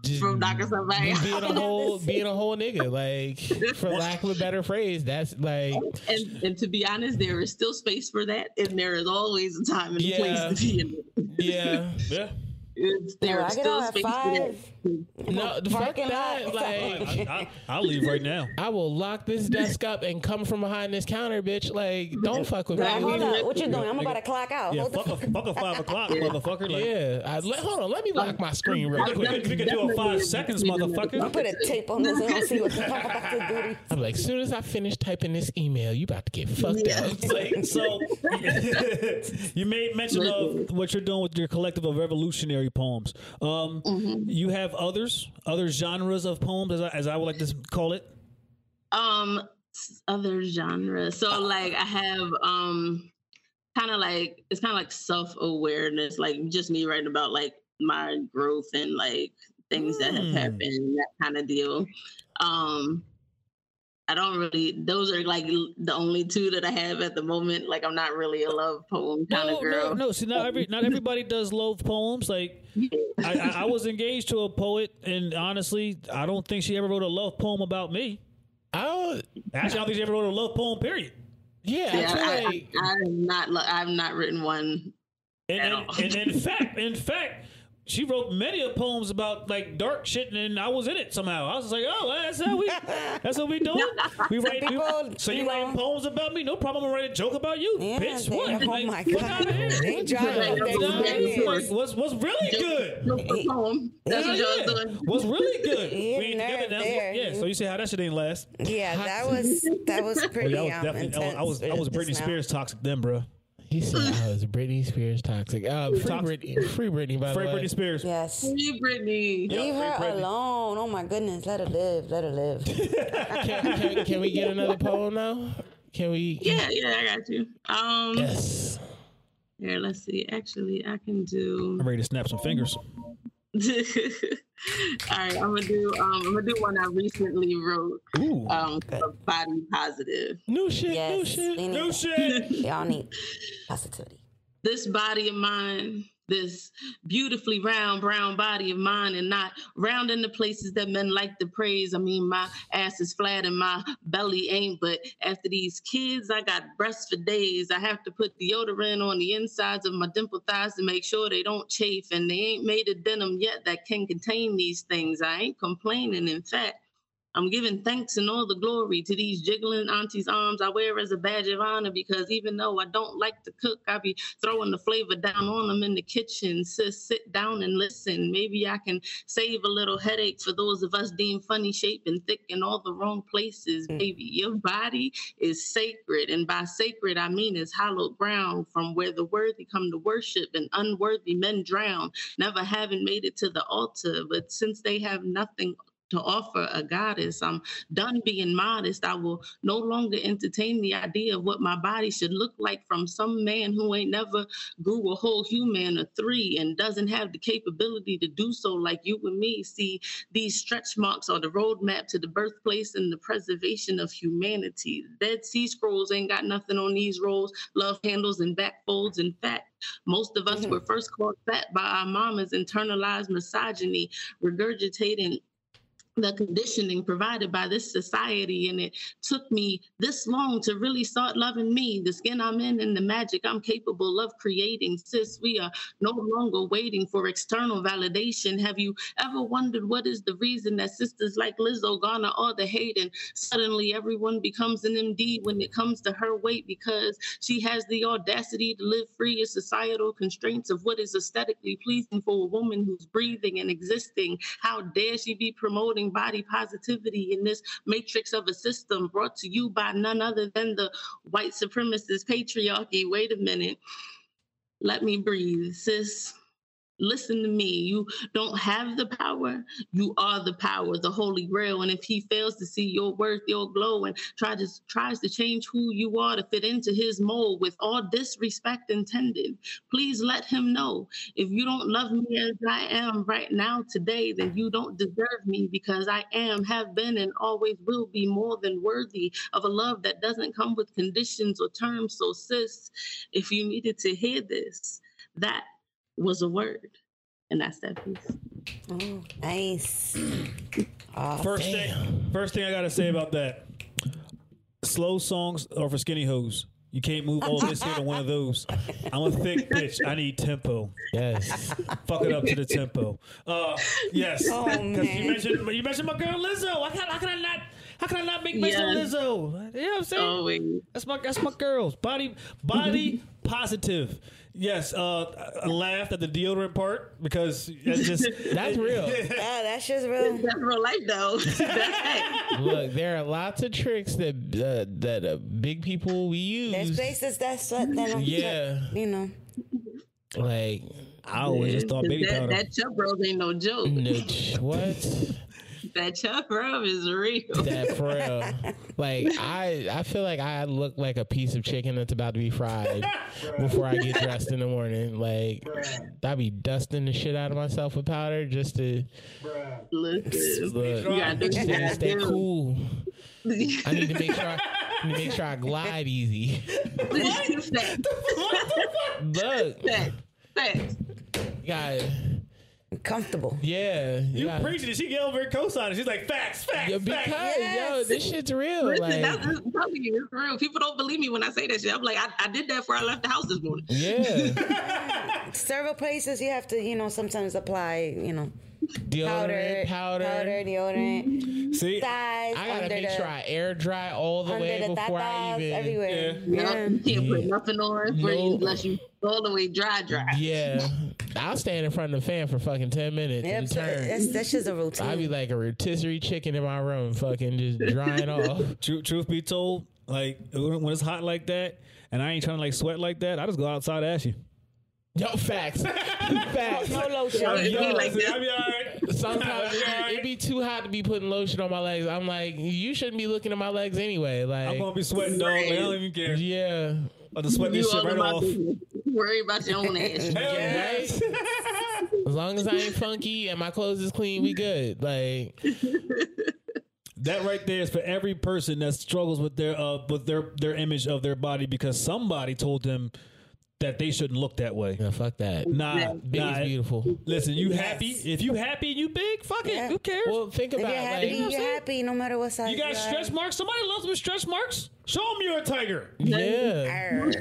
Speaker 2: just
Speaker 5: From knocking somebody out.
Speaker 2: being a whole, being a whole nigga. Like, for lack of a better phrase, that's like,
Speaker 5: And and to be honest, there is still space for that, and there is always a time and a
Speaker 2: Yeah.
Speaker 5: place to be in it.
Speaker 2: yeah.
Speaker 3: yeah.
Speaker 5: It's- There
Speaker 4: Well,
Speaker 5: is
Speaker 4: I get
Speaker 5: still
Speaker 4: out at
Speaker 5: space for that.
Speaker 4: five.
Speaker 2: No, the fuck
Speaker 4: Parking
Speaker 2: that.
Speaker 4: lot.
Speaker 2: Like,
Speaker 3: I, I, will leave right now.
Speaker 2: I will lock this desk up and come from behind this counter, bitch. Like, don't fuck with me.
Speaker 4: Like, hold up, what you doing? I'm about to clock out.
Speaker 3: Yeah,
Speaker 4: Hold the
Speaker 3: fuck a, fuck a five o'clock, motherfucker. Like,
Speaker 2: Yeah, I, let, hold on. Let me lock my screen real
Speaker 3: We could-
Speaker 2: quick.
Speaker 3: we could do a five seconds, motherfucker.
Speaker 4: put a tape on this and I'll see what the fuck about to do.
Speaker 2: I'm like, soon as I finish typing this email, you about to get fucked up. It's like,
Speaker 3: So you made mention of what you're doing with your collective of revolutionary poems. Um, You have others, other genres of poems, as I, as I would like to call it.
Speaker 5: um s- other genre so
Speaker 3: Uh-huh.
Speaker 5: like i have um kind of like it's kind of like self-awareness like just me writing about like my growth and like things that have
Speaker 3: Hmm.
Speaker 5: happened that kind of deal um i don't really those are like l- the only two that i have at the moment like i'm not really a love poem kind
Speaker 3: No,
Speaker 5: of girl
Speaker 3: no, no. See, not every not everybody does love poems. Like I, I, I was engaged to a poet, and honestly, I don't think she ever wrote a love poem about me.
Speaker 2: I don't,
Speaker 3: Actually, I don't think she ever wrote a love poem. Period.
Speaker 2: yeah,
Speaker 5: yeah,
Speaker 2: I feel
Speaker 5: I,
Speaker 2: like,
Speaker 5: I, I'm not. lo- I've not written one.
Speaker 3: And,
Speaker 5: At all.
Speaker 3: and, and in fact, in fact, she wrote many of poems about like dark shit, and I was in it somehow. I was just like, oh, that's how we, that's what we doing. We write. we-
Speaker 4: people,
Speaker 3: so you
Speaker 4: you
Speaker 3: writing
Speaker 4: know-
Speaker 3: poems about me? No problem. I'm writing a joke about you,
Speaker 4: Yeah,
Speaker 3: bitch.
Speaker 4: they-
Speaker 3: What?
Speaker 4: oh
Speaker 3: Like,
Speaker 4: my
Speaker 3: fuck
Speaker 4: God.
Speaker 3: outta here.
Speaker 4: They drive
Speaker 5: Like,
Speaker 4: up
Speaker 5: I'm
Speaker 4: there.
Speaker 5: just
Speaker 3: Nah,
Speaker 5: back and
Speaker 3: it's
Speaker 5: forth.
Speaker 4: Yeah.
Speaker 3: like, what's what's really good?
Speaker 5: Just a poem. That's
Speaker 3: Yeah,
Speaker 5: what y'all doing.
Speaker 3: What's really good?
Speaker 4: Yeah,
Speaker 3: we ain't together
Speaker 4: nerve
Speaker 3: now.
Speaker 4: there.
Speaker 3: Yeah, so you see how that shit ain't last.
Speaker 4: Yeah, that was that was
Speaker 3: Oh,
Speaker 4: pretty
Speaker 3: yeah, I was
Speaker 4: um,
Speaker 3: definitely. I was-
Speaker 4: intense.
Speaker 3: I was I was Britney
Speaker 4: just now.
Speaker 3: Spears toxic then, bro.
Speaker 2: he said I was Britney Spears toxic. Um, free,
Speaker 3: Toxic.
Speaker 2: Britney, free Britney, by
Speaker 3: Free
Speaker 2: the way.
Speaker 3: Britney Spears.
Speaker 4: Yes.
Speaker 5: Hey, Brittany.
Speaker 4: Leave
Speaker 3: free
Speaker 4: her
Speaker 3: Britney.
Speaker 4: alone. Oh my goodness. Let her live. Let her live.
Speaker 2: Can, can, can we get another poll now? Can we?
Speaker 5: Yeah, yeah, I got you. Um,
Speaker 2: Yes.
Speaker 5: here, let's see. Actually, I can do.
Speaker 3: I'm ready to snap some fingers.
Speaker 5: All right, I'm gonna do. Um, I'm gonna do one I recently wrote.
Speaker 3: Ooh,
Speaker 5: Um, called body positive.
Speaker 2: New shit, new
Speaker 4: Yes.
Speaker 2: shit.
Speaker 4: We need
Speaker 3: new
Speaker 4: that.
Speaker 3: shit.
Speaker 4: Y'all need positivity.
Speaker 5: This body of mine, this beautifully round brown body of mine, and not round in the places that men like to praise. I mean, my ass is flat and my belly ain't. But after these kids, I got breasts for days. I have to put deodorant on the insides of my dimple thighs to make sure they don't chafe. And they ain't made a denim yet that can contain these things. I ain't complaining. In fact, I'm giving thanks and all the glory to these jiggling aunties' arms I wear as a badge of honor because even though I don't like to cook, I be throwing the flavor down on them in the kitchen. Sis, sit down and listen. Maybe I can save a little headache for those of us deemed funny, shape, and thick in all the wrong places. Baby, your body is sacred. And by sacred, I mean it's hallowed ground from where the worthy come to worship and unworthy men drown, never having made it to the altar. But since they have nothing to offer a goddess. I'm done being modest. I will no longer entertain the idea of what my body should look like from some man who ain't never grew a whole human or three and doesn't have the capability to do so like you and me. See, these stretch marks are the roadmap to the birthplace and the preservation of humanity. Dead Sea Scrolls ain't got nothing on these rolls, love handles and back folds. In fact, most of us were first called fat by our mamas, internalized misogyny, regurgitating the conditioning provided by this society and it took me this long to really start loving me the skin i'm in and the magic i'm capable of creating sis we are no longer waiting for external validation have you ever wondered what is the reason that sisters like lizzo garner all the hate and suddenly everyone becomes an md when it comes to her weight because she has the audacity to live free of societal constraints of what is aesthetically pleasing for a woman who's breathing and existing how dare she be promoting body positivity in this matrix of a system brought to you by none other than the white supremacist patriarchy. Wait a minute. Let me breathe, sis. Listen to me. You don't have the power. You are the power, the holy grail. And if he fails to see your worth, your glow, and try to, tries to change who you are to fit into his mold with all disrespect intended, please let him know. If you don't love me as I am right now today, then you don't deserve me because I am, have been, and always will be more than worthy of a love that doesn't come with conditions or terms. So, sis, if you needed to hear this, that was a word. And that's that piece.
Speaker 4: Oh, nice. Oh,
Speaker 3: First thing, first thing I gotta say about that: slow songs are for skinny hoes. You can't move all this here to one of those. I'm a thick bitch. I need tempo.
Speaker 2: Yes.
Speaker 3: Fuck it up to the tempo. Uh, yes,
Speaker 4: Oh,
Speaker 3: 'Cause you
Speaker 4: man.
Speaker 3: mentioned you mentioned my girl Lizzo. How can, how can I not? How can I not make myself
Speaker 5: Yes.
Speaker 3: Lizzo? You know what I'm saying?
Speaker 4: Oh.
Speaker 5: Always.
Speaker 3: That's my that's my girls. Body body positive. Yes. Uh, I laughed at the deodorant part because that's just
Speaker 2: That's real.
Speaker 4: Yeah, that shit's Oh, real.
Speaker 5: That's real life, though. That's
Speaker 2: Look, there are lots of tricks that uh, that uh, big people we
Speaker 4: There's
Speaker 2: use.
Speaker 4: places that's what that don't
Speaker 2: Yeah,
Speaker 4: you know.
Speaker 2: like
Speaker 3: I always just thought baby
Speaker 5: that,
Speaker 3: powder.
Speaker 5: that chub rub ain't no joke.
Speaker 2: no, ch- what?
Speaker 5: That chub rub is real.
Speaker 2: That for real. Like I, I feel like I look like a piece of chicken that's about to be fried before I get dressed in the morning. Like I be dusting the shit out of myself with powder just to
Speaker 5: Listen,
Speaker 2: look.
Speaker 5: you gotta do what you
Speaker 2: Stay,
Speaker 5: gotta
Speaker 2: stay
Speaker 5: do.
Speaker 2: uh, cool. I need to make sure. I, I need to make sure I glide easy.
Speaker 5: Facts,
Speaker 2: Look,
Speaker 5: facts, facts.
Speaker 2: God,
Speaker 4: Comfortable.
Speaker 2: yeah,
Speaker 3: You
Speaker 2: yeah.
Speaker 3: preaching it. She get over here co-signing. She's like, facts, facts,
Speaker 2: Yeah, because
Speaker 3: facts.
Speaker 2: yo, this shit's real.
Speaker 5: Listen,
Speaker 2: like,
Speaker 5: that's just telling you, it's real. People don't believe me when I say that shit. I'm like, I, I did that before I left the house this morning.
Speaker 2: yeah,
Speaker 4: Several places you have to, you know, sometimes apply, you know, powder,
Speaker 2: deodorant, powder.
Speaker 4: powder deodorant,
Speaker 3: See,
Speaker 4: thighs,
Speaker 2: I gotta
Speaker 4: under
Speaker 2: make
Speaker 4: the,
Speaker 2: sure I air dry all the
Speaker 4: under
Speaker 2: way
Speaker 4: the
Speaker 2: before I
Speaker 4: tatas,
Speaker 2: even.
Speaker 4: everywhere.
Speaker 5: Yeah, you can't put nothing on for
Speaker 2: No.
Speaker 5: you unless you all the way dry, dry.
Speaker 2: Yeah, I'll stand in front of the fan for fucking ten minutes
Speaker 4: Yep,
Speaker 2: and turn.
Speaker 4: that's, that's just a
Speaker 2: I'll be
Speaker 4: routine.
Speaker 2: like a rotisserie chicken in my room, fucking just drying off.
Speaker 3: Truth, truth be told, like when when it's hot like that, and I ain't trying to like sweat like that, I just go outside and ask you.
Speaker 2: Yo, facts, facts.
Speaker 4: No lotion.
Speaker 5: It be like
Speaker 3: see,
Speaker 5: that.
Speaker 3: I be all right.
Speaker 2: Sometimes it be, it be too hot to be putting lotion on my legs. I'm like, you shouldn't be looking at my legs anyway.
Speaker 3: I'm
Speaker 2: Like,
Speaker 3: gonna be sweating, dog. Like, I don't even care.
Speaker 2: yeah,
Speaker 3: I'll just sweat
Speaker 5: You
Speaker 3: this shit
Speaker 5: all
Speaker 3: right
Speaker 5: about
Speaker 3: off.
Speaker 5: business. Worry about your own ass.
Speaker 3: Hell
Speaker 2: Yes.
Speaker 3: yes.
Speaker 2: as long as I ain't funky and my clothes is clean, we good. Like,
Speaker 3: That right there is for every person that struggles with their uh with their their image of their body because somebody told them that they shouldn't look that way.
Speaker 2: no, fuck that.
Speaker 3: Nah,
Speaker 2: Big
Speaker 3: nah.
Speaker 2: is beautiful.
Speaker 3: Listen, you
Speaker 4: Yes.
Speaker 3: happy? If you happy, you big. Fuck it.
Speaker 4: Yeah.
Speaker 3: Who cares?
Speaker 2: Well, think
Speaker 4: If
Speaker 2: about
Speaker 4: you're happy,
Speaker 2: like,
Speaker 4: you're happy no matter what size
Speaker 3: you got stretch marks. Somebody loves with stretch marks. Show them you're a tiger.
Speaker 2: yeah.
Speaker 4: Arr.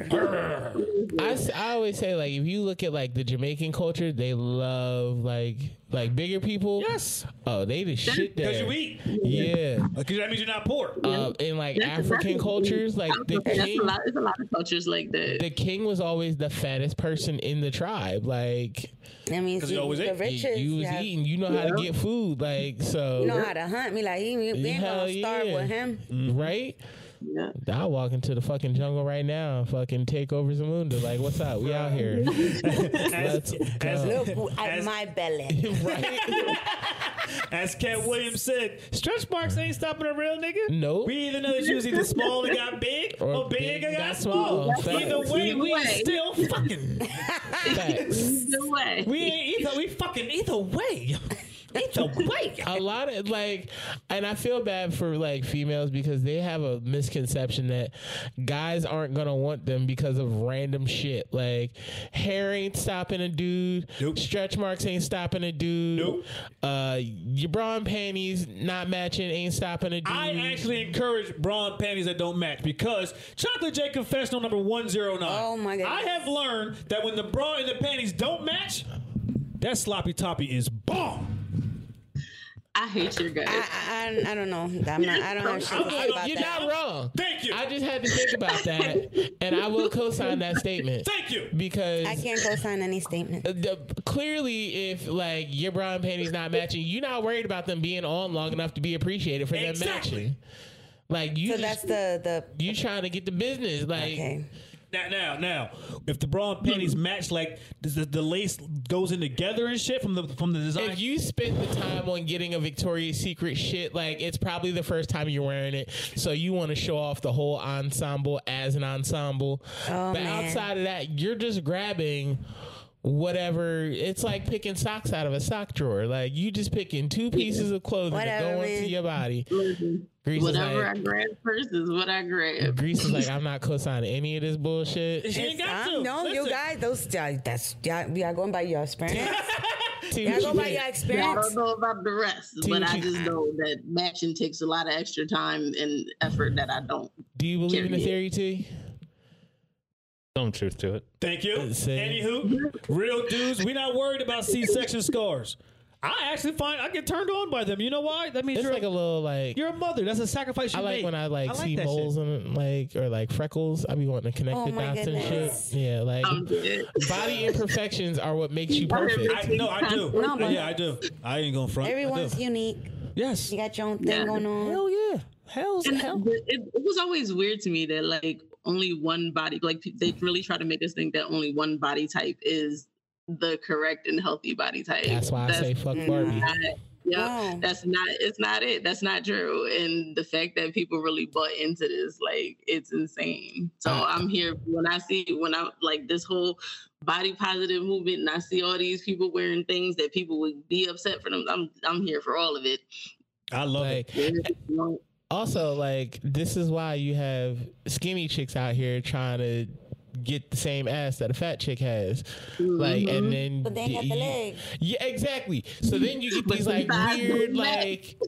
Speaker 2: I, s- I always say like if you look at like the Jamaican culture, they love like like bigger people.
Speaker 3: Yes,
Speaker 2: Oh, they the shit there.
Speaker 3: because you eat.
Speaker 2: Yeah.
Speaker 3: Because that means you're not poor.
Speaker 2: Uh, in like
Speaker 5: That's-
Speaker 2: African
Speaker 5: that's-
Speaker 2: cultures, like the
Speaker 5: That's a
Speaker 2: king,
Speaker 5: lot. There's a lot of cultures like that.
Speaker 2: the king was always the fattest person in the tribe. Like
Speaker 4: That means
Speaker 3: you
Speaker 4: you-
Speaker 3: always
Speaker 4: the
Speaker 3: ate.
Speaker 4: riches.
Speaker 2: you was
Speaker 4: have-
Speaker 2: eating, you know how to get food. Like so,
Speaker 4: You know how to hunt me like he we ain't
Speaker 2: Hell
Speaker 4: gonna starve
Speaker 2: yeah.
Speaker 4: with him.
Speaker 3: Mm-hmm.
Speaker 2: right?
Speaker 5: Yeah.
Speaker 2: I walk into the fucking jungle right now, and fucking take over Zamunda. Like, what's up? We out here,
Speaker 3: As,
Speaker 4: Look
Speaker 3: as,
Speaker 4: who at
Speaker 3: As-
Speaker 4: my belly.
Speaker 2: right?
Speaker 3: as Cat Williams said, stretch marks ain't stopping a real nigga.
Speaker 2: Nope.
Speaker 3: We either know that you was either small and got big, or,
Speaker 2: Or big
Speaker 3: big and got
Speaker 2: got
Speaker 3: small.
Speaker 2: small.
Speaker 3: Either
Speaker 2: Facts.
Speaker 3: way,
Speaker 5: Either
Speaker 3: we
Speaker 5: way.
Speaker 3: still fucking.
Speaker 2: Facts.
Speaker 5: Either way.
Speaker 3: We ain't either. We fucking either way.
Speaker 6: It's a white.
Speaker 2: a lot of like and i feel bad for like females because they have a misconception that guys aren't gonna want them because of random shit like hair ain't stopping a dude
Speaker 7: Nope.
Speaker 2: stretch marks ain't stopping a dude
Speaker 7: Nope.
Speaker 2: uh your bra and panties not matching ain't stopping a dude
Speaker 3: I actually encourage bra and panties that don't match because Chocolate J confessional number 109.
Speaker 4: Oh, my goodness.
Speaker 3: I have learned that when the bra and the panties don't match, that sloppy toppy is bomb.
Speaker 5: I hate your guts.
Speaker 4: I, I, I don't know. I'm not. I don't have shit to say about
Speaker 2: you're
Speaker 4: that.
Speaker 2: not wrong
Speaker 3: Thank you.
Speaker 2: i just had to think about that and i will co-sign that statement
Speaker 3: Thank you.
Speaker 2: because
Speaker 4: I can't co-sign any statement.
Speaker 2: the, clearly, if like your bra and panties not matching, you're not worried about them being on long enough to be appreciated for them
Speaker 3: Exactly.
Speaker 2: matching. Like you,
Speaker 4: So
Speaker 2: just-
Speaker 4: that's the the.
Speaker 2: you trying to get the business. Like
Speaker 4: Okay.
Speaker 3: Now, now, now, if the bra and panties match, like does the, the lace goes in together and shit from the from the design.
Speaker 2: if you spend the time on getting a Victoria's Secret shit, like it's probably the first time you're wearing it, so you want to show off the whole ensemble as an ensemble. but
Speaker 4: Oh, man.
Speaker 2: outside of that, you're just grabbing whatever. It's like picking socks out of a sock drawer. Like you just picking two pieces of clothing
Speaker 4: Whatever,
Speaker 2: that go into
Speaker 4: man.
Speaker 2: your body. Grease is
Speaker 5: Mm-hmm. Whatever
Speaker 2: like,
Speaker 5: I grab first is what I grab.
Speaker 2: Grease is like, I'm not co-signing any of this bullshit.
Speaker 3: she ain't got to.
Speaker 4: Um, no, you
Speaker 3: Listen,
Speaker 4: guys, those y'all, that's y'all, y'all going by your experience.
Speaker 2: See
Speaker 4: y'all
Speaker 2: what
Speaker 4: go
Speaker 2: you
Speaker 4: by
Speaker 2: did.
Speaker 4: your
Speaker 5: I
Speaker 4: experience.
Speaker 5: don't know about the rest, but I just know that matching takes a lot of extra time and effort that I don't.
Speaker 2: Do you believe in the
Speaker 5: Period.
Speaker 2: theory, T?
Speaker 8: Some truth to it.
Speaker 3: Thank you.
Speaker 2: Say-
Speaker 3: Anywho, real dudes, we not worried about C-section scars. I actually find I get turned on by them. You know why? That means
Speaker 2: It's
Speaker 3: you're
Speaker 2: like a little like
Speaker 3: You're a mother. That's a sacrifice you
Speaker 2: I like
Speaker 3: made.
Speaker 2: when I like, see
Speaker 3: that
Speaker 2: moles
Speaker 3: shit.
Speaker 2: and like or like freckles. I be wanting to connect
Speaker 4: Oh
Speaker 2: the
Speaker 4: my
Speaker 2: dots
Speaker 4: goodness.
Speaker 2: and shit. Yeah, like
Speaker 5: I'm good.
Speaker 2: body imperfections are what makes you perfect.
Speaker 3: I, no, I do.
Speaker 4: No, but-
Speaker 3: yeah, I do. I ain't gonna front. I do.
Speaker 4: Everyone's unique.
Speaker 3: yes.
Speaker 4: You got your own thing
Speaker 5: Yeah.
Speaker 4: going on.
Speaker 3: Hell yeah. Hell's
Speaker 5: And
Speaker 3: hell.
Speaker 5: the- it, it was always weird to me that like only one body, like pe- they really try to make us think that only one body type is the correct and healthy body type.
Speaker 2: That's why I say fuck Barbie.
Speaker 5: not- yeah,
Speaker 4: Wow.
Speaker 5: that's not. It's not it. That's not true. And the fact that people really bought into this, like, it's insane. So
Speaker 2: Uh,
Speaker 5: I'm here when I see when I like this whole body positive movement, and I see all these people wearing things that people would be upset for them. I'm I'm here for all of it.
Speaker 3: I love it.
Speaker 2: Like also like this is why you have skinny chicks out here trying to get the same ass that a fat chick has. Like
Speaker 5: Mm-hmm.
Speaker 2: and then
Speaker 4: But they ain't got the
Speaker 2: you-
Speaker 4: leg.
Speaker 2: Yeah, exactly. So then you get
Speaker 5: But
Speaker 2: these like
Speaker 5: sometimes
Speaker 2: weird,
Speaker 5: we met.
Speaker 2: like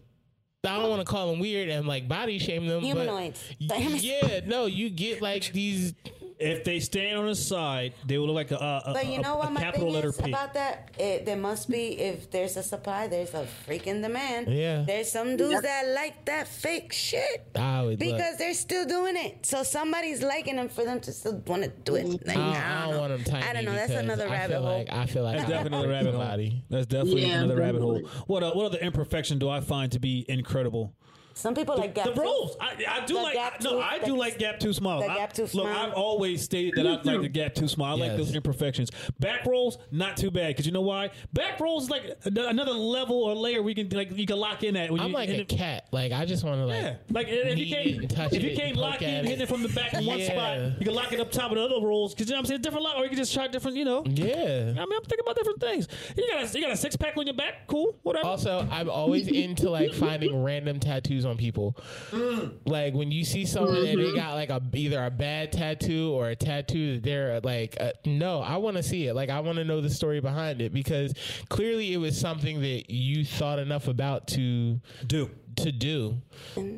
Speaker 2: I don't want to call them weird and like body shame them. but-
Speaker 4: Humanoids. Damn it.
Speaker 2: Yeah, no, you get like these.
Speaker 3: If they stand on the side, they will look like a, a, a,
Speaker 4: But you know
Speaker 3: a,
Speaker 4: what
Speaker 3: a
Speaker 4: my
Speaker 3: capital
Speaker 4: thing
Speaker 3: letter
Speaker 4: is
Speaker 3: P.
Speaker 4: about that? It, there must be if there's a supply, there's a freaking demand.
Speaker 2: Yeah.
Speaker 4: There's some dudes that like that fake shit
Speaker 2: I would
Speaker 4: because
Speaker 2: look.
Speaker 4: they're still doing it. So somebody's liking them for them to still want to do it. Like,
Speaker 2: I don't, I don't want them tiny.
Speaker 4: I don't know. That's
Speaker 2: because
Speaker 4: another
Speaker 2: I
Speaker 4: rabbit
Speaker 2: feel
Speaker 4: hole.
Speaker 2: Like, I feel like
Speaker 3: That's
Speaker 2: I would
Speaker 3: definitely
Speaker 2: fuck
Speaker 3: another rabbit
Speaker 2: somebody.
Speaker 3: hole. That's definitely
Speaker 5: Yeah,
Speaker 3: another rabbit hole.
Speaker 5: definitely.
Speaker 3: What uh, what other imperfection do I find to be incredible?
Speaker 4: Some people like
Speaker 3: the
Speaker 4: gap
Speaker 3: rolls. I, I do
Speaker 4: The
Speaker 3: like
Speaker 4: gap
Speaker 3: no.
Speaker 4: tooth,
Speaker 3: I
Speaker 4: the-
Speaker 3: do like gap too small.
Speaker 4: the
Speaker 3: I-
Speaker 4: gap tooth
Speaker 3: Look,
Speaker 4: smile.
Speaker 3: I've always stated that I like the gap too small. I like
Speaker 2: Yes.
Speaker 3: those imperfections. Back rolls, not too bad because you know why? Back rolls is like an- another level or layer we can like you can lock in at. When
Speaker 2: I'm
Speaker 3: you,
Speaker 2: like
Speaker 3: and
Speaker 2: a
Speaker 3: if-
Speaker 2: cat. Like I just want to like.
Speaker 3: Yeah, like if you
Speaker 2: Knead it
Speaker 3: can't
Speaker 2: and touch
Speaker 3: if you
Speaker 2: it
Speaker 3: can't
Speaker 2: and
Speaker 3: lock
Speaker 2: poke
Speaker 3: it,
Speaker 2: at
Speaker 3: and
Speaker 2: it.
Speaker 3: hit it from the back in one
Speaker 2: Yeah.
Speaker 3: spot. You can lock it up top of the other rolls because you know what I'm saying different lot, or you can just try different. You know,
Speaker 2: Yeah.
Speaker 3: I mean, I'm thinking about different things. You got a, you got a six pack on your back, cool, whatever.
Speaker 2: Also, I'm always into like finding random tattoos on people.
Speaker 3: Mm.
Speaker 2: Like when you see someone and they got like a either a bad tattoo or a tattoo that they're like, uh, no, I want to see it. Like I want to know the story behind it because clearly it was something that you thought enough about to
Speaker 3: do
Speaker 2: to do.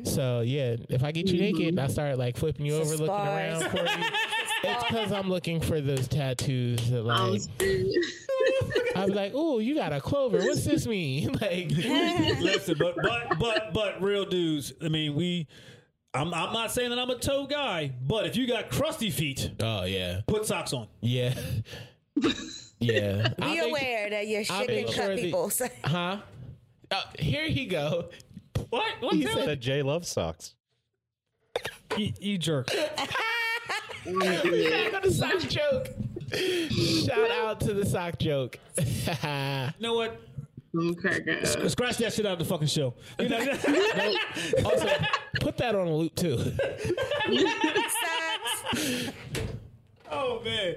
Speaker 2: So yeah, if I get you naked and I start like flipping you
Speaker 4: It's
Speaker 2: over,
Speaker 4: the
Speaker 2: looking
Speaker 4: scars.
Speaker 2: around for you, it's because I'm looking for those tattoos. That, like
Speaker 5: Mm-hmm.
Speaker 2: I'm like, oh, you got a clover. What's this mean? like,
Speaker 3: Listen, but but but but real dudes. I mean, we. I'm I'm not saying that I'm a toe guy, but if you got crusty feet,
Speaker 2: oh yeah,
Speaker 3: put socks on.
Speaker 2: yeah, yeah. I'll
Speaker 4: Be
Speaker 2: make-
Speaker 4: aware that your shit
Speaker 2: make
Speaker 4: can
Speaker 2: sure
Speaker 4: cut
Speaker 2: the-
Speaker 4: people.
Speaker 2: huh? Uh, here he go.
Speaker 3: What? What?
Speaker 2: He
Speaker 3: the hell?
Speaker 2: said-
Speaker 8: That Jay loves socks.
Speaker 3: You, you jerk.
Speaker 2: Back on the sock joke. Shout out to the sock joke.
Speaker 3: You know what?
Speaker 5: I'm cracking up.
Speaker 3: Scratch that shit out of the fucking show. You know,
Speaker 2: also, put that on a loop too.
Speaker 3: Oh man.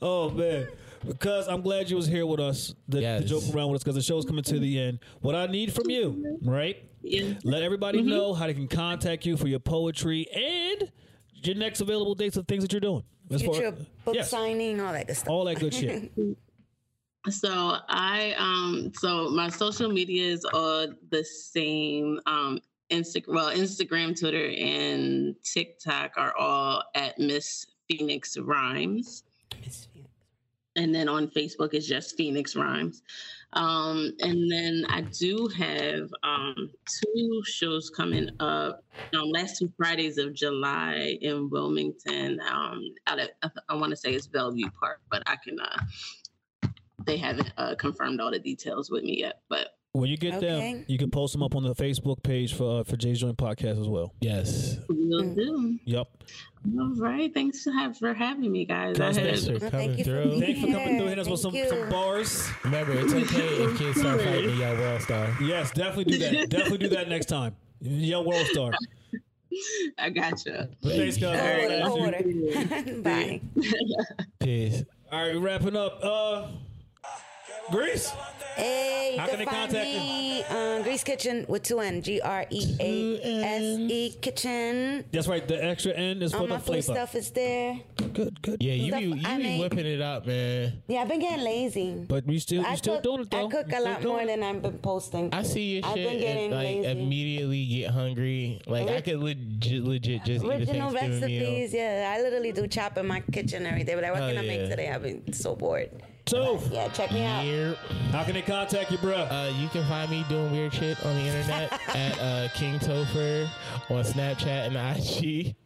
Speaker 3: Oh man. because I'm glad you was here with us to,
Speaker 2: Yes.
Speaker 3: to joke around with us because the show's coming to the end. What I need from you, right?
Speaker 5: Yeah.
Speaker 3: Let everybody know how they can contact you for your poetry and your next available dates of things that you're doing. As far-
Speaker 4: Future book
Speaker 3: Yes.
Speaker 4: signing, all that good stuff.
Speaker 3: all that good shit.
Speaker 5: So I um so my social medias are the same. Um Insta- well, Instagram, Twitter, and TikTok are all at Miss Phoenix Rhymes. And then on Facebook it's just Phoenix Rhymes. Um, and then I do have um, two shows coming up. Um, last two Fridays of July in Wilmington. Um, out at, I, want to say it's Bellevue Park, but I can uh, they haven't uh, confirmed all the details with me yet. But
Speaker 3: When you get them,
Speaker 4: Okay.
Speaker 3: you can post them up on the Facebook page for uh, for Jay's Joint Podcast as well.
Speaker 2: Yes.
Speaker 5: we'll do.
Speaker 3: Yep.
Speaker 5: All right. Thanks to have, for having me, guys. I had-
Speaker 2: Thanks for coming
Speaker 4: Well, thank you for
Speaker 2: through.
Speaker 4: being
Speaker 3: Thanks for coming through. Hit us with some,
Speaker 4: Thank
Speaker 3: some
Speaker 4: you.
Speaker 3: bars.
Speaker 2: Remember, it's okay if kids start fighting y'all world star.
Speaker 3: Yes, definitely do that. definitely do that next time. Yo, world star.
Speaker 5: I gotcha.
Speaker 3: But thanks, guys.
Speaker 4: Go
Speaker 3: All
Speaker 4: order,
Speaker 3: right,
Speaker 4: go order. Bye.
Speaker 2: Peace.
Speaker 3: all right, wrapping up. Uh, Greece.
Speaker 4: Hey, you
Speaker 3: How
Speaker 4: can,
Speaker 3: can they
Speaker 4: find
Speaker 3: contact
Speaker 4: me on Grease Kitchen with two N G R E A S E Kitchen.
Speaker 3: That's right. The extra N is for
Speaker 4: All
Speaker 3: the
Speaker 4: my food
Speaker 3: flavor.
Speaker 4: stuff is there.
Speaker 3: Good, good.
Speaker 2: Yeah, you
Speaker 4: Stuff
Speaker 2: be you
Speaker 4: I
Speaker 2: be
Speaker 4: make.
Speaker 2: whipping it up, man.
Speaker 4: Yeah, I've been getting lazy.
Speaker 3: But we still, you
Speaker 4: I
Speaker 3: still
Speaker 4: cook,
Speaker 3: doing it though.
Speaker 4: I cook
Speaker 3: You
Speaker 4: a
Speaker 3: still
Speaker 4: lot
Speaker 3: doing
Speaker 4: more
Speaker 3: it.
Speaker 4: than I've been posting.
Speaker 2: I see your
Speaker 4: I've
Speaker 2: shit
Speaker 4: been getting
Speaker 2: and like
Speaker 4: lazy.
Speaker 2: immediately get hungry. Like I
Speaker 4: Orig-
Speaker 2: could legit, legit just eat a
Speaker 4: Original
Speaker 2: Thanksgiving meal.
Speaker 4: recipes, yeah. I literally do chop in my kitchen every day. But like, what
Speaker 2: Hell
Speaker 4: can I
Speaker 2: yeah.
Speaker 4: make today? I've been so bored.
Speaker 3: So,
Speaker 4: Yeah, check me out.
Speaker 2: Here,
Speaker 3: how can they contact you, bro?
Speaker 2: uh, you can find me doing weird shit on the internet at uh, King Topher on Snapchat and IG.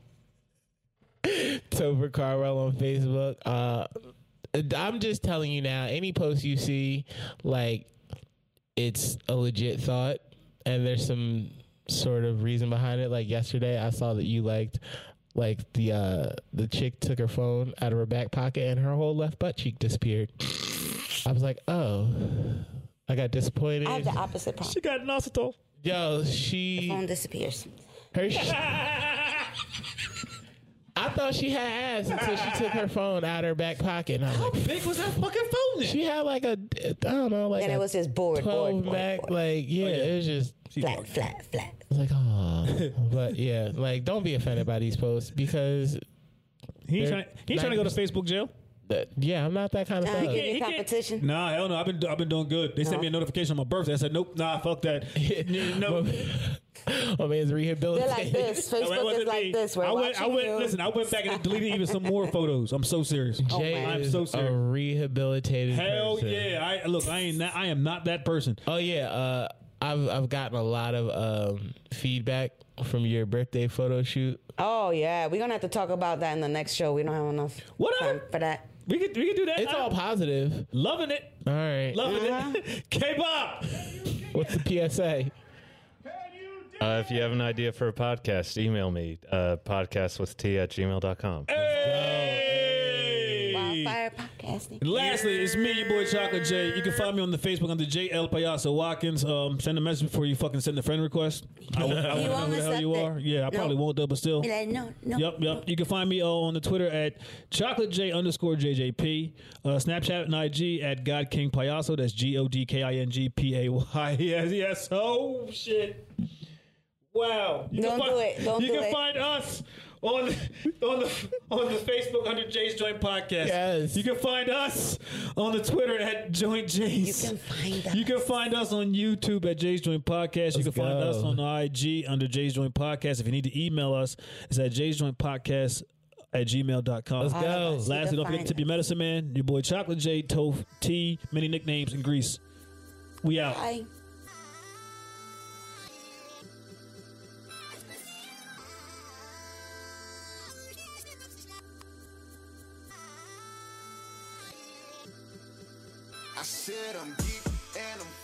Speaker 2: Topher Carwell on Facebook. Uh, I'm just telling you now. Any post you see, like it's a legit thought and there's some sort of reason behind it like yesterday i saw that you liked like the uh the chick took her phone out of her back pocket and her whole left butt cheek disappeared i was like oh i got disappointed
Speaker 4: I have the opposite problem.
Speaker 3: she got an acetone.
Speaker 2: yo she
Speaker 4: Phone disappears.
Speaker 2: her sh- i thought she had ass until she took her phone out her back pocket and i was like
Speaker 3: Big was that fucking phone? Then?
Speaker 2: she had like a i don't know like
Speaker 4: And
Speaker 2: a
Speaker 4: it was just bored,
Speaker 2: 12
Speaker 4: bored, bored,
Speaker 2: back
Speaker 4: bored.
Speaker 2: like
Speaker 3: Oh,
Speaker 2: yeah, it was just
Speaker 4: Flat, flat, flat.
Speaker 2: It's like, oh, but yeah, like don't be offended by these posts because,
Speaker 3: He ain't
Speaker 2: They're
Speaker 3: trying, he ain't trying to go to Facebook jail.
Speaker 2: that, yeah, I'm not that kind of
Speaker 4: Uh,
Speaker 2: thug.
Speaker 4: give
Speaker 3: he
Speaker 4: you
Speaker 3: can't-
Speaker 4: competition.
Speaker 3: Nah, hell no. I've been I've been doing good. They sent me a notification on my birthday. I said, nope, nah, fuck that. no.
Speaker 2: oh man's
Speaker 4: They're
Speaker 2: rehabilitated.
Speaker 4: like this.
Speaker 3: No, it
Speaker 4: Facebook is
Speaker 3: wasn't
Speaker 4: like
Speaker 3: me.
Speaker 4: this. We're
Speaker 3: I went, I
Speaker 4: watching
Speaker 3: went,
Speaker 4: you.
Speaker 3: listen, I went back and deleted even some more photos. I'm so serious.
Speaker 2: Jay
Speaker 4: man.
Speaker 2: is
Speaker 3: I'm so
Speaker 2: a
Speaker 3: serious.
Speaker 2: rehabilitated.
Speaker 3: Hell
Speaker 2: person.
Speaker 3: yeah! I look, I ain't, not, I am not that person.
Speaker 2: Oh yeah. Uh, I've I've gotten a lot of um, feedback from your birthday photo shoot.
Speaker 4: Oh yeah, we're gonna have to talk about that in the next show. We don't have enough
Speaker 3: Whatever.
Speaker 4: time for that.
Speaker 3: We could, we could do that.
Speaker 2: It's
Speaker 3: I'm
Speaker 2: all positive.
Speaker 3: loving it,
Speaker 2: All right.
Speaker 3: loving it. K Bob,
Speaker 2: What's the PSA?
Speaker 8: Uh, if you have an idea for a podcast, email me uh, podcastwitht at gmail.com.
Speaker 4: Wildfire podcasting.
Speaker 3: And Lastly, it's me, your boy Chocolate J. You can find me on the Facebook under J L Payaso Watkins. Um, send a message before you fucking send a friend request. I, w- I
Speaker 4: You
Speaker 3: wanna know
Speaker 4: won't
Speaker 3: who the hell
Speaker 4: accept
Speaker 3: you
Speaker 4: it.
Speaker 3: are. Yeah, I
Speaker 4: No.
Speaker 3: probably won't though, but still.
Speaker 4: Be like, no, no.
Speaker 3: Yep, yep. You can find me uh, on the Twitter at chocolate J underscore JJP, uh, Snapchat and IG at God King Payaso. That's G O D K I N G P A Y E S E S. Oh shit! Wow. You
Speaker 4: Don't
Speaker 3: can
Speaker 4: do it. Don't
Speaker 3: you
Speaker 4: do
Speaker 3: can
Speaker 4: it.
Speaker 3: find us on the, on the on the Facebook under Jay's Joint Podcast.
Speaker 2: Yes.
Speaker 3: You can find us on the Twitter at Joint Jay's.
Speaker 4: You can find us.
Speaker 3: You can find us on YouTube at Jay's Joint Podcast. you can find
Speaker 2: go.
Speaker 3: us on IG under Jay's Joint Podcast. If you need to email us, it's at Jay's Joint Podcast at gmail.com. Let's
Speaker 4: All of us.
Speaker 3: Lastly,
Speaker 4: You can
Speaker 3: don't forget
Speaker 4: find
Speaker 3: to be
Speaker 4: us.
Speaker 3: medicine man, your boy Chocolate J, Toph, T, many nicknames, and Grease. We out.
Speaker 4: Bye.
Speaker 7: I said I'm deep and I'm